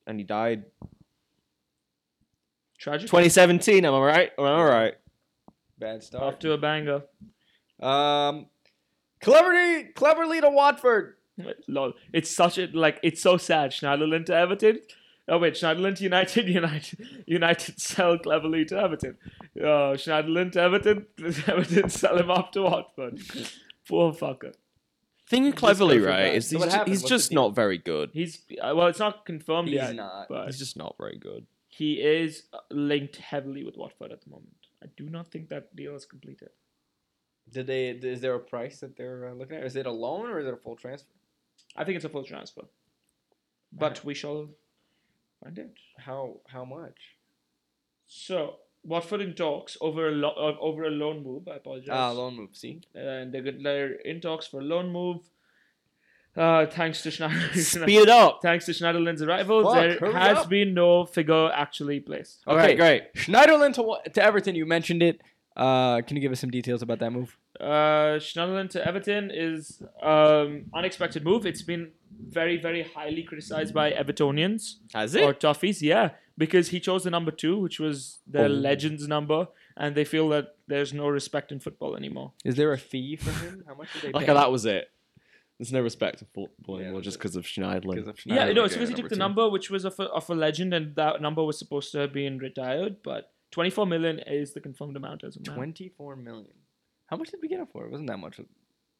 [SPEAKER 1] and he died
[SPEAKER 3] Tragic.
[SPEAKER 1] 2017. Am I right? Am I all right?
[SPEAKER 2] Bad start.
[SPEAKER 3] Off to a banger.
[SPEAKER 2] Um, cleverly, cleverly to Watford.
[SPEAKER 3] Lol. It's such a like. It's so sad. Schneiderlin to Everton. Oh wait, Schneiderlin to United. United. United sell cleverly to Everton. Uh, Schneiderlin to Everton. Everton sell him off to Watford. Poor fucker.
[SPEAKER 1] Thing cleverly,
[SPEAKER 3] go for
[SPEAKER 1] right?
[SPEAKER 3] that.
[SPEAKER 1] Is
[SPEAKER 2] So
[SPEAKER 1] he's,
[SPEAKER 2] what
[SPEAKER 1] ju-
[SPEAKER 2] happened?
[SPEAKER 1] he's
[SPEAKER 2] What's the
[SPEAKER 1] just
[SPEAKER 2] deal?
[SPEAKER 1] not very good.
[SPEAKER 3] He's uh, well. It's not confirmed
[SPEAKER 2] He's
[SPEAKER 3] yet,
[SPEAKER 2] not.
[SPEAKER 3] but
[SPEAKER 1] He's just not very good.
[SPEAKER 3] he is uh, linked heavily with Watford at the moment. I do not think that deal is completed.
[SPEAKER 2] Did they? Is there a price that they're uh, looking at? Is it a loan or is it a full transfer?
[SPEAKER 3] I think it's a full transfer, but we shall find out.
[SPEAKER 2] How how much?
[SPEAKER 3] So Watford in talks over a lo- uh, over a loan move. I apologize.
[SPEAKER 2] Ah, loan move. See,
[SPEAKER 3] and they're, good- they're in talks for a loan move. Uh, thanks to Schneider.
[SPEAKER 1] Speed it up.
[SPEAKER 3] thanks to Schneiderlin's arrival,
[SPEAKER 2] Fuck,
[SPEAKER 3] there
[SPEAKER 2] hurry
[SPEAKER 3] has
[SPEAKER 2] up.
[SPEAKER 3] been no figure actually placed.
[SPEAKER 1] Okay,
[SPEAKER 2] Okay.
[SPEAKER 1] great.
[SPEAKER 2] Schneiderlin to, Wa- to Everton. You mentioned it. Uh, can you give us some details about that move?
[SPEAKER 3] Uh, Schneiderlin to Everton is um unexpected move. It's been very very highly criticized by Evertonians
[SPEAKER 1] Has
[SPEAKER 3] or Toffees, yeah, because he chose the number two, which was the
[SPEAKER 1] Oh.
[SPEAKER 3] legends number, and they feel that there's no respect in football anymore.
[SPEAKER 2] Is there a fee for him? How much did they
[SPEAKER 1] Like
[SPEAKER 2] pay?
[SPEAKER 1] that was it. There's no respect for football anymore
[SPEAKER 2] Yeah,
[SPEAKER 1] just
[SPEAKER 2] but-
[SPEAKER 1] because of Schneidlin.
[SPEAKER 2] Because of
[SPEAKER 3] yeah,
[SPEAKER 2] Schneiderlin.
[SPEAKER 3] no,
[SPEAKER 1] okay,
[SPEAKER 3] it's because he
[SPEAKER 1] number
[SPEAKER 3] took the
[SPEAKER 1] two.
[SPEAKER 3] number, which was of a, of a legend, and that number was supposed to have been retired, but 24 million is the confirmed amount as of now.
[SPEAKER 2] 24 million. How much did we get it for? It wasn't that much.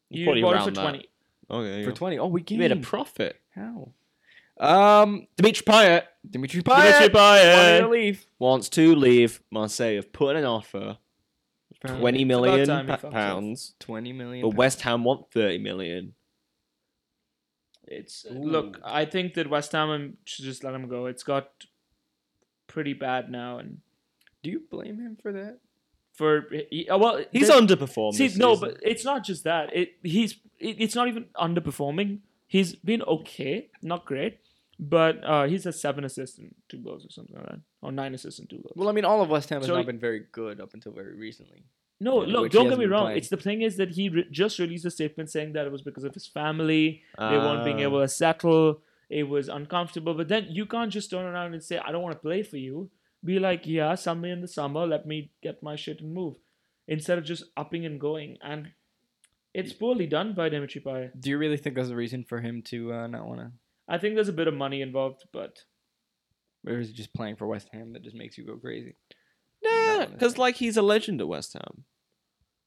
[SPEAKER 3] You
[SPEAKER 1] Probably
[SPEAKER 3] bought it for
[SPEAKER 1] around that.
[SPEAKER 3] 20.
[SPEAKER 1] Okay, there you
[SPEAKER 2] For
[SPEAKER 1] go.
[SPEAKER 2] 20. Oh, we
[SPEAKER 1] You
[SPEAKER 2] gained.
[SPEAKER 1] made a profit.
[SPEAKER 2] How? Um,
[SPEAKER 1] Dimitri Payet
[SPEAKER 2] Dimitri
[SPEAKER 1] Dimitri
[SPEAKER 2] Payet wanted to
[SPEAKER 1] Payet
[SPEAKER 2] leave.
[SPEAKER 1] wants to leave Marseille. Have put in an offer, twenty
[SPEAKER 3] It's about
[SPEAKER 1] million
[SPEAKER 3] time he
[SPEAKER 1] pa-
[SPEAKER 3] fucked off.
[SPEAKER 1] pounds,
[SPEAKER 2] 20 million.
[SPEAKER 1] but
[SPEAKER 2] pounds.
[SPEAKER 1] West Ham want thirty million.
[SPEAKER 3] It's Look, I think that West Ham um, should just let him go. It's got pretty bad now, and
[SPEAKER 2] Do you blame him for that?
[SPEAKER 3] for. He, uh, well,
[SPEAKER 1] He's
[SPEAKER 3] the-
[SPEAKER 1] underperformed.
[SPEAKER 3] See,
[SPEAKER 1] this
[SPEAKER 3] no,
[SPEAKER 1] season.
[SPEAKER 3] but it's not just that. It he's it, it's not even underperforming. He's been okay, not great, but uh, he's a seven assist and two goals or something like that, or nine assists and two goals.
[SPEAKER 2] Well, I mean, all of West Ham has
[SPEAKER 3] So he-
[SPEAKER 2] not been very good up until very recently.
[SPEAKER 3] No,
[SPEAKER 2] Yeah,
[SPEAKER 3] look,
[SPEAKER 2] which he
[SPEAKER 3] don't get
[SPEAKER 2] hasn't
[SPEAKER 3] me
[SPEAKER 2] been
[SPEAKER 3] wrong.
[SPEAKER 2] playing.
[SPEAKER 3] It's the thing is that he re- just released a statement saying that it was because of his family. they weren't being
[SPEAKER 1] Ah.
[SPEAKER 3] able to settle. It was uncomfortable. But then you can't just turn around and say, I don't want to play for you. Be like, yeah, somewhere in the summer, let me get my shit and move. Instead of just upping and going. And it's poorly done by Dimitri Payet.
[SPEAKER 2] Do you really think there's a reason for him to uh, not want to?
[SPEAKER 3] I think there's a bit of money involved, but
[SPEAKER 2] Or is it just playing for West Ham that just makes you go crazy?
[SPEAKER 1] Nah, because like he's a legend at West Ham.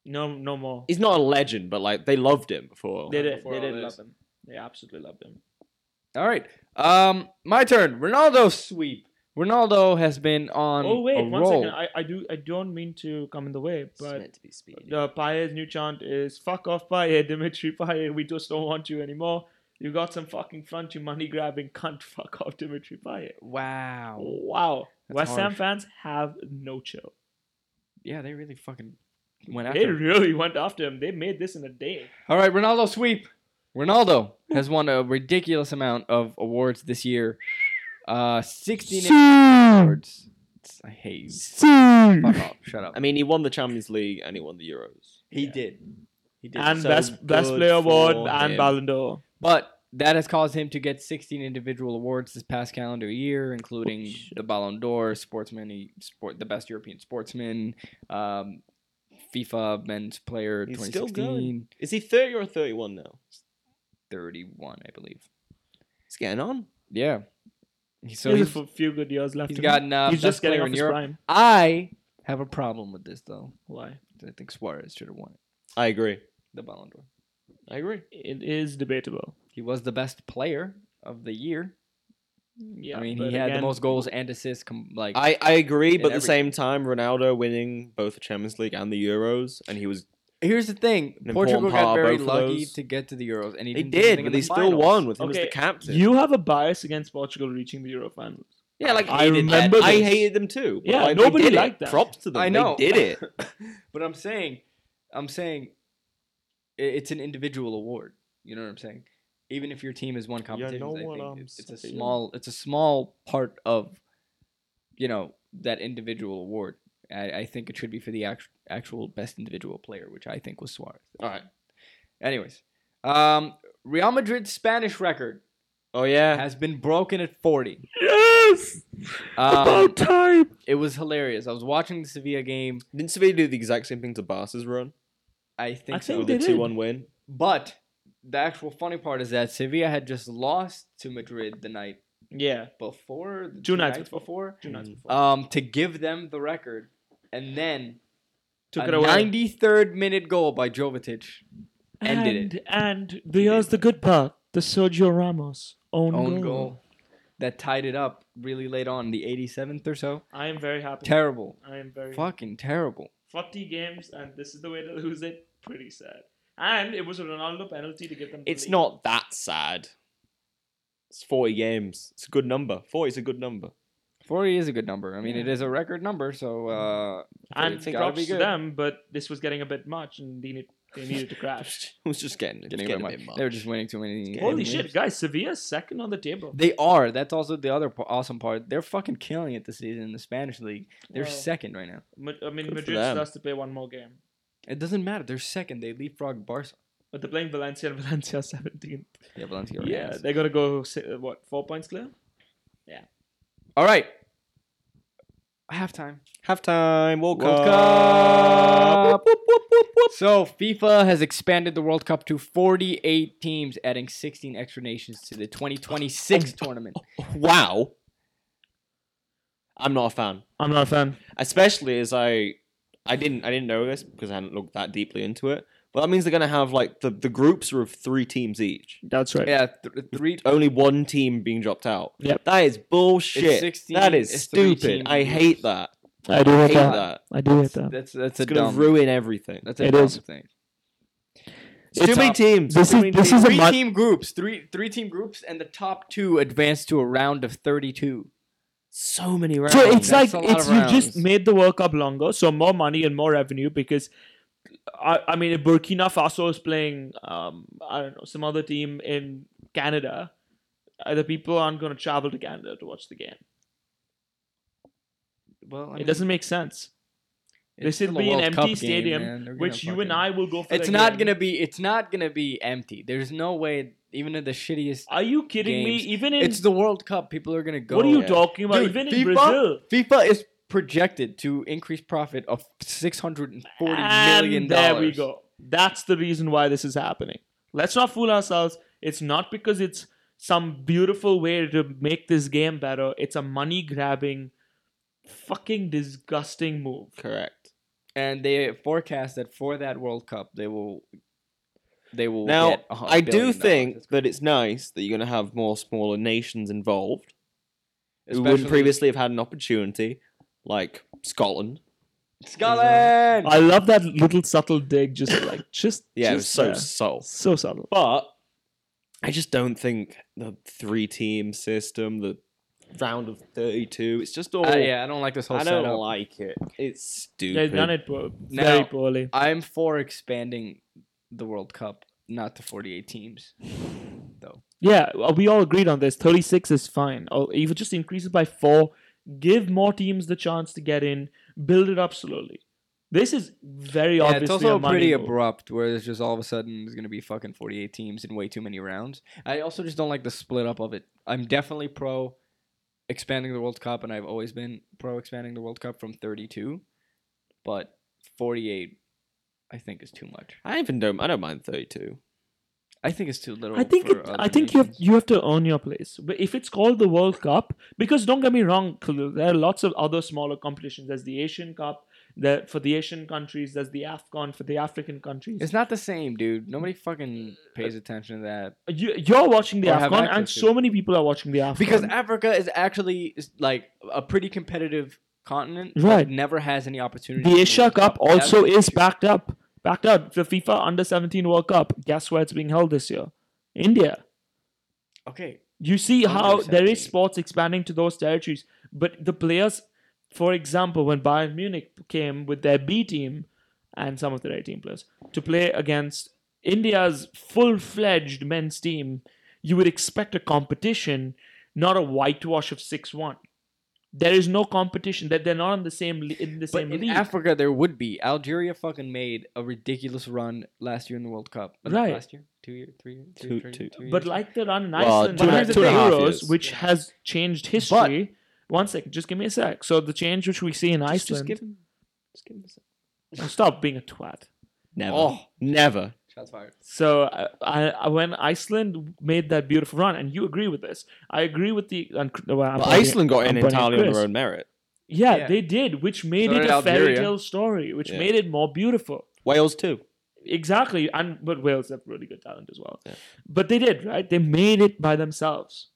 [SPEAKER 3] no no more.
[SPEAKER 1] He's not a legend, but like they loved him before.
[SPEAKER 3] They did,
[SPEAKER 2] before
[SPEAKER 3] they
[SPEAKER 2] all
[SPEAKER 3] did
[SPEAKER 2] this.
[SPEAKER 3] love him. They absolutely loved him.
[SPEAKER 2] All right. Um, my turn. Ronaldo sweep. Ronaldo has been on
[SPEAKER 3] Oh wait,
[SPEAKER 2] Um, a
[SPEAKER 3] one second.
[SPEAKER 2] roll.
[SPEAKER 3] I, I do I don't mean to come in the way,
[SPEAKER 1] it's
[SPEAKER 3] but
[SPEAKER 1] meant to be speedy.
[SPEAKER 3] the Paye's new chant is "Fuck off, Paye, Dimitri Paye. We just don't want you anymore. You got some fucking front, you money grabbing cunt. Fuck off, Dimitri Paye."
[SPEAKER 2] Wow.
[SPEAKER 3] Wow,
[SPEAKER 2] That's
[SPEAKER 3] West Ham
[SPEAKER 2] harsh.
[SPEAKER 3] fans have no chill.
[SPEAKER 2] Yeah, they really fucking went
[SPEAKER 3] They
[SPEAKER 2] after. him.
[SPEAKER 3] really went after him. They made this in a day.
[SPEAKER 2] All right, Ronaldo sweep. Ronaldo has won a ridiculous amount of awards this year. Uh, 69 awards. It's- I hate you. Fuck off. Shut up.
[SPEAKER 1] I mean, he won the Champions League and he won the Euros.
[SPEAKER 2] he did. He did.
[SPEAKER 3] and
[SPEAKER 1] so
[SPEAKER 3] best best
[SPEAKER 1] good
[SPEAKER 3] player award
[SPEAKER 1] for
[SPEAKER 3] and
[SPEAKER 1] him.
[SPEAKER 3] Ballon d'Or.
[SPEAKER 2] But that has caused him to get 16 individual awards this past calendar year, including the Ballon d'Or, Sportsman, he- sport, the Best European Sportsman, um, FIFA Men's Player
[SPEAKER 1] He's still good.
[SPEAKER 2] 2016,
[SPEAKER 1] Is he 30 or 31 now?
[SPEAKER 2] 31, I believe.
[SPEAKER 1] He's getting on.
[SPEAKER 2] Yeah. He- So
[SPEAKER 3] So he's
[SPEAKER 2] he's,
[SPEAKER 3] a f- few good years left.
[SPEAKER 2] he's
[SPEAKER 3] in him.
[SPEAKER 2] gotten uh,
[SPEAKER 3] he's just getting
[SPEAKER 2] player
[SPEAKER 3] off
[SPEAKER 2] in
[SPEAKER 3] his
[SPEAKER 2] Europe.
[SPEAKER 3] prime.
[SPEAKER 2] I have a problem with this though.
[SPEAKER 3] Why?
[SPEAKER 2] I think Suarez should have won it,
[SPEAKER 1] I agree.
[SPEAKER 2] the Ballon d'Or.
[SPEAKER 1] I agree.
[SPEAKER 3] It is debatable.
[SPEAKER 2] He was the best player of the year.
[SPEAKER 3] Yeah,
[SPEAKER 2] I mean,
[SPEAKER 3] but
[SPEAKER 2] he had
[SPEAKER 3] again-
[SPEAKER 2] the most goals and assists. Com- like
[SPEAKER 1] I, I agree,
[SPEAKER 2] In
[SPEAKER 1] but at the same
[SPEAKER 2] every-
[SPEAKER 1] time, Ronaldo winning both the Champions League and the Euros, and he was
[SPEAKER 2] here's the thing:
[SPEAKER 1] An important
[SPEAKER 2] Portugal
[SPEAKER 1] part
[SPEAKER 2] got
[SPEAKER 1] of
[SPEAKER 2] very
[SPEAKER 1] both of
[SPEAKER 2] lucky
[SPEAKER 1] those.
[SPEAKER 2] to get to the Euros, and he
[SPEAKER 1] they
[SPEAKER 2] didn't do anything
[SPEAKER 1] did,
[SPEAKER 2] in
[SPEAKER 1] but
[SPEAKER 2] the
[SPEAKER 1] they still
[SPEAKER 2] finals.
[SPEAKER 1] won with him as
[SPEAKER 3] Okay,
[SPEAKER 1] the captain.
[SPEAKER 3] You have a bias against Portugal reaching the Euro finals.
[SPEAKER 1] yeah, like
[SPEAKER 3] I
[SPEAKER 1] I remember.
[SPEAKER 3] remember
[SPEAKER 1] I
[SPEAKER 3] this.
[SPEAKER 1] hated them too. but,
[SPEAKER 3] Yeah,
[SPEAKER 1] like, they
[SPEAKER 3] nobody
[SPEAKER 1] did it.
[SPEAKER 3] liked that.
[SPEAKER 1] Props to them.
[SPEAKER 2] I know.
[SPEAKER 1] they did it.
[SPEAKER 2] but I'm saying, I'm saying, i- it's an individual award. You know what I'm saying? Even if your team has won competitions,
[SPEAKER 1] know
[SPEAKER 2] I
[SPEAKER 1] what I'm
[SPEAKER 2] think it's, it's a
[SPEAKER 1] saying.
[SPEAKER 2] small, it's a small part of, you know, that individual award. I, I think it should be for the act- actual best individual player, which I think was Suarez.
[SPEAKER 1] All right.
[SPEAKER 2] Anyways, um, Real Madrid's Spanish record
[SPEAKER 1] Oh yeah,
[SPEAKER 2] has been broken at 40.
[SPEAKER 3] Yes,
[SPEAKER 2] Um,
[SPEAKER 3] time.
[SPEAKER 2] it was hilarious. I was watching the Sevilla game.
[SPEAKER 1] didn't Sevilla do the exact same thing to Barca's run
[SPEAKER 2] I think
[SPEAKER 3] I
[SPEAKER 2] so.
[SPEAKER 3] think
[SPEAKER 1] with
[SPEAKER 3] they
[SPEAKER 1] the
[SPEAKER 3] did.
[SPEAKER 1] two-one win?
[SPEAKER 2] But the actual funny part is that Sevilla had just lost to Madrid the night
[SPEAKER 3] Yeah,
[SPEAKER 2] before, the
[SPEAKER 3] Two nights before.
[SPEAKER 2] before,
[SPEAKER 3] two nights before.
[SPEAKER 2] um, to give them the record, and then
[SPEAKER 3] Took
[SPEAKER 2] a
[SPEAKER 3] it away.
[SPEAKER 2] 93rd minute goal by Jovetic ended
[SPEAKER 3] and,
[SPEAKER 2] it.
[SPEAKER 3] And the, here's the good part: the Sergio Ramos own,
[SPEAKER 2] Own
[SPEAKER 3] goal.
[SPEAKER 2] goal that tied it up really late on the 87th or so.
[SPEAKER 3] I am very happy.
[SPEAKER 2] Terrible,
[SPEAKER 3] I am very
[SPEAKER 2] fucking terrible.
[SPEAKER 3] 40 games, and this is the way to lose it. Pretty sad. And it was a Ronaldo penalty to get them. the
[SPEAKER 1] It's
[SPEAKER 3] lead.
[SPEAKER 1] not that sad. It's forty games. It's a good number. Forty is a good number.
[SPEAKER 2] 40 E is a good number. I mean, it is a record number, so uh,
[SPEAKER 3] And
[SPEAKER 2] it's gotta
[SPEAKER 3] props
[SPEAKER 2] be
[SPEAKER 3] to
[SPEAKER 2] good.
[SPEAKER 3] them, but this was getting a bit much, and they, need, they needed to crash.
[SPEAKER 1] It was just getting,
[SPEAKER 2] getting
[SPEAKER 1] getting
[SPEAKER 2] a
[SPEAKER 1] a
[SPEAKER 2] bit
[SPEAKER 1] bit
[SPEAKER 2] much.
[SPEAKER 1] much.
[SPEAKER 2] They were just winning too many.
[SPEAKER 1] Holy
[SPEAKER 3] Holy
[SPEAKER 2] games.
[SPEAKER 3] shit, guys! Sevilla's second on the table.
[SPEAKER 2] They are. That's also the other po- awesome part. They're fucking killing it this season in the Spanish league. They're
[SPEAKER 3] Wow.
[SPEAKER 2] second right now.
[SPEAKER 3] Ma- I mean,
[SPEAKER 1] Good for
[SPEAKER 3] Madrid
[SPEAKER 1] them.
[SPEAKER 3] still has to play one more game,
[SPEAKER 2] It doesn't matter. They're second. They leapfrog Barca.
[SPEAKER 3] but they're playing Valencia and Valencia 17th.
[SPEAKER 2] Yeah, Valencia.
[SPEAKER 3] Yeah,
[SPEAKER 2] Yeah.
[SPEAKER 3] they're gonna go si- uh, what four points clear?
[SPEAKER 2] All right. Halftime.
[SPEAKER 1] Halftime World,
[SPEAKER 2] World
[SPEAKER 1] Cup.
[SPEAKER 2] Cup. So FIFA has expanded the World Cup to 48 teams, adding 16 extra nations to the 2026 tournament.
[SPEAKER 1] Wow. I'm not a fan,
[SPEAKER 3] I'm not a fan.
[SPEAKER 1] especially as I, I didn't, I didn't know this because I hadn't looked that deeply into it. But that means they're gonna have like the the groups are of three teams each.
[SPEAKER 3] That's right.
[SPEAKER 2] Yeah, th- three.
[SPEAKER 1] Only one team being dropped out.
[SPEAKER 3] Yep.
[SPEAKER 1] That is bullshit.
[SPEAKER 2] 16,
[SPEAKER 1] that is
[SPEAKER 2] it's three
[SPEAKER 1] stupid.
[SPEAKER 2] team
[SPEAKER 1] I
[SPEAKER 2] groups.
[SPEAKER 1] hate that.
[SPEAKER 3] I do
[SPEAKER 1] I
[SPEAKER 3] hate
[SPEAKER 1] hate that.
[SPEAKER 3] I do hate that.
[SPEAKER 2] That's that's a
[SPEAKER 1] It's gonna
[SPEAKER 2] dumb.
[SPEAKER 1] ruin everything.
[SPEAKER 2] that's a
[SPEAKER 3] It
[SPEAKER 2] dumb
[SPEAKER 3] is.
[SPEAKER 2] thing.
[SPEAKER 1] It's too
[SPEAKER 3] It's
[SPEAKER 1] many
[SPEAKER 3] up.
[SPEAKER 1] teams.
[SPEAKER 3] This
[SPEAKER 1] Too
[SPEAKER 3] is-
[SPEAKER 1] many
[SPEAKER 3] this
[SPEAKER 1] teams.
[SPEAKER 3] is a
[SPEAKER 2] three
[SPEAKER 3] mon-
[SPEAKER 2] team groups, three three team groups, and the top two advance to a round of thirty-two.
[SPEAKER 1] so many rounds.
[SPEAKER 3] So it's
[SPEAKER 2] That's
[SPEAKER 3] like
[SPEAKER 2] a lot
[SPEAKER 3] it's
[SPEAKER 2] of
[SPEAKER 3] you just
[SPEAKER 2] rounds.
[SPEAKER 3] made the World Cup longer, so more money and more revenue because. I, I mean, if Burkina Faso is playing, um, I don't know, some other team in Canada, uh, the people aren't going to travel to Canada to watch the game.
[SPEAKER 2] Well, I
[SPEAKER 3] it doesn't make sense, This
[SPEAKER 2] should
[SPEAKER 3] should be an empty stadium, which you and I will go for.
[SPEAKER 2] It's
[SPEAKER 3] that
[SPEAKER 2] not
[SPEAKER 3] game.
[SPEAKER 2] gonna be. It's not gonna be empty. There's no way. Even in the shittiest.
[SPEAKER 3] Are you kidding
[SPEAKER 2] games.
[SPEAKER 3] me? Even in.
[SPEAKER 2] It's the World Cup. People are gonna go.
[SPEAKER 3] what are you
[SPEAKER 1] Yeah.
[SPEAKER 3] talking about?
[SPEAKER 2] Dude,
[SPEAKER 3] Even in
[SPEAKER 2] FIFA?
[SPEAKER 3] Brazil.
[SPEAKER 2] FIFA is projected to increase profit of six hundred and forty
[SPEAKER 3] And
[SPEAKER 2] million dollars.
[SPEAKER 3] there we go. That's the reason why this is happening. Let's not fool ourselves. It's not because it's some beautiful way to make this game better. It's a money grabbing, fucking disgusting move.
[SPEAKER 1] Correct.
[SPEAKER 2] And they forecast that for that World Cup, they will they will
[SPEAKER 1] Now,
[SPEAKER 2] get a hun-
[SPEAKER 1] I
[SPEAKER 2] billion
[SPEAKER 1] do
[SPEAKER 2] dollars.
[SPEAKER 1] think
[SPEAKER 2] It's
[SPEAKER 1] that it's nice that you're going to have more smaller nations involved who
[SPEAKER 5] Especially-
[SPEAKER 1] wouldn't previously have had an opportunity, like Scotland.
[SPEAKER 2] Scotland.
[SPEAKER 3] I love that little subtle dig, just like just
[SPEAKER 1] Yeah, it was
[SPEAKER 3] just
[SPEAKER 1] so
[SPEAKER 3] there.
[SPEAKER 1] subtle.
[SPEAKER 3] so subtle.
[SPEAKER 1] But I just don't think the three team system, the round of 32, it's just all.
[SPEAKER 2] Uh, yeah, I don't like this whole
[SPEAKER 1] I don't
[SPEAKER 2] setup.
[SPEAKER 1] like it. It's
[SPEAKER 3] They've
[SPEAKER 1] stupid.
[SPEAKER 3] done it po-
[SPEAKER 2] Now-
[SPEAKER 3] very poorly.
[SPEAKER 2] I'm for expanding the World Cup, not to 48 teams, though.
[SPEAKER 3] Yeah, well, we all agreed on this. Thirty-six is fine. Oh, you just increase it by four. Give more teams the chance to get in. Build it up slowly. This is very
[SPEAKER 2] Yeah,
[SPEAKER 3] obviously
[SPEAKER 2] it's
[SPEAKER 3] a
[SPEAKER 2] also
[SPEAKER 3] money
[SPEAKER 2] pretty
[SPEAKER 3] move.
[SPEAKER 2] abrupt, where there's just all of a sudden there's gonna be fucking 48 teams in way too many rounds. I also just don't like the split up of it. I'm definitely pro expanding the World Cup, and I've always been pro expanding the World Cup from 32, but 48, I think is too much.
[SPEAKER 1] I even don't. I don't mind 32.
[SPEAKER 2] I think it's too little.
[SPEAKER 3] I think
[SPEAKER 2] for
[SPEAKER 3] it,
[SPEAKER 2] other
[SPEAKER 3] I think you have,
[SPEAKER 2] nations.
[SPEAKER 3] you have to earn your place. But if it's called the World Cup, because don't get me wrong, Khalil, there are lots of other smaller competitions. There's the Asian Cup there for the Asian countries. There's the Afcon for the African countries.
[SPEAKER 2] It's not the same, dude. Nobody fucking pays
[SPEAKER 3] Uh,
[SPEAKER 2] attention to that.
[SPEAKER 3] you, you're watching the
[SPEAKER 2] Or have
[SPEAKER 3] Afcon, and
[SPEAKER 2] access to
[SPEAKER 3] so
[SPEAKER 2] it.
[SPEAKER 3] many people are watching the Afcon
[SPEAKER 2] because Africa is actually is like a pretty competitive continent. that
[SPEAKER 3] Right.
[SPEAKER 2] never has any opportunity.
[SPEAKER 3] the Asia Cup also is
[SPEAKER 2] back.
[SPEAKER 3] backed up, backed out. The FIFA Under 17 World Cup. Guess where it's being held this year? India.
[SPEAKER 2] Okay.
[SPEAKER 3] You see how there is
[SPEAKER 2] 117.
[SPEAKER 3] sports expanding to those territories, but the players, for example, when Bayern Munich came with their B team and some of their A team players to play against India's full-fledged men's team, you would expect a competition, not a whitewash of six-one. There is no competition; that they're not on the same le- in the
[SPEAKER 2] But
[SPEAKER 3] same
[SPEAKER 2] in
[SPEAKER 3] league.
[SPEAKER 2] Africa, there would be. Algeria fucking made a ridiculous run last year in the World Cup. Was it
[SPEAKER 3] Right.
[SPEAKER 2] Last year? Two year? Three year? Two,
[SPEAKER 1] Two-
[SPEAKER 2] three-
[SPEAKER 1] two.
[SPEAKER 2] three
[SPEAKER 3] But
[SPEAKER 2] years?
[SPEAKER 3] like the run in
[SPEAKER 1] Well,
[SPEAKER 3] Iceland,
[SPEAKER 1] two
[SPEAKER 3] well,
[SPEAKER 1] and a- two and a half
[SPEAKER 3] Euros,
[SPEAKER 1] years.
[SPEAKER 3] which has changed history. One second, just give me a sec. So the change which we see in
[SPEAKER 1] Just, just
[SPEAKER 3] Iceland.
[SPEAKER 1] give him. Just give him a sec.
[SPEAKER 3] Oh, stop being a twat.
[SPEAKER 1] Never.
[SPEAKER 2] Oh.
[SPEAKER 1] Never.
[SPEAKER 2] Shots fired.
[SPEAKER 3] So I, I, I- when Iceland made that beautiful run, and you agree with this, I agree with the. and- well, I'm
[SPEAKER 1] But
[SPEAKER 3] pointing-
[SPEAKER 1] Iceland got in
[SPEAKER 3] I'm pointing at
[SPEAKER 1] entirely on
[SPEAKER 3] Chris.
[SPEAKER 1] their own merit.
[SPEAKER 3] Yeah,
[SPEAKER 2] Yeah.
[SPEAKER 3] they did, which made
[SPEAKER 2] So
[SPEAKER 3] it
[SPEAKER 2] did
[SPEAKER 3] a fairy
[SPEAKER 2] Algeria.
[SPEAKER 3] tale story, which
[SPEAKER 1] Yeah.
[SPEAKER 3] made it more beautiful.
[SPEAKER 1] Wales too.
[SPEAKER 3] Exactly, and but Wales have really good talent as well.
[SPEAKER 1] Yeah.
[SPEAKER 3] But they did right; they made it by themselves.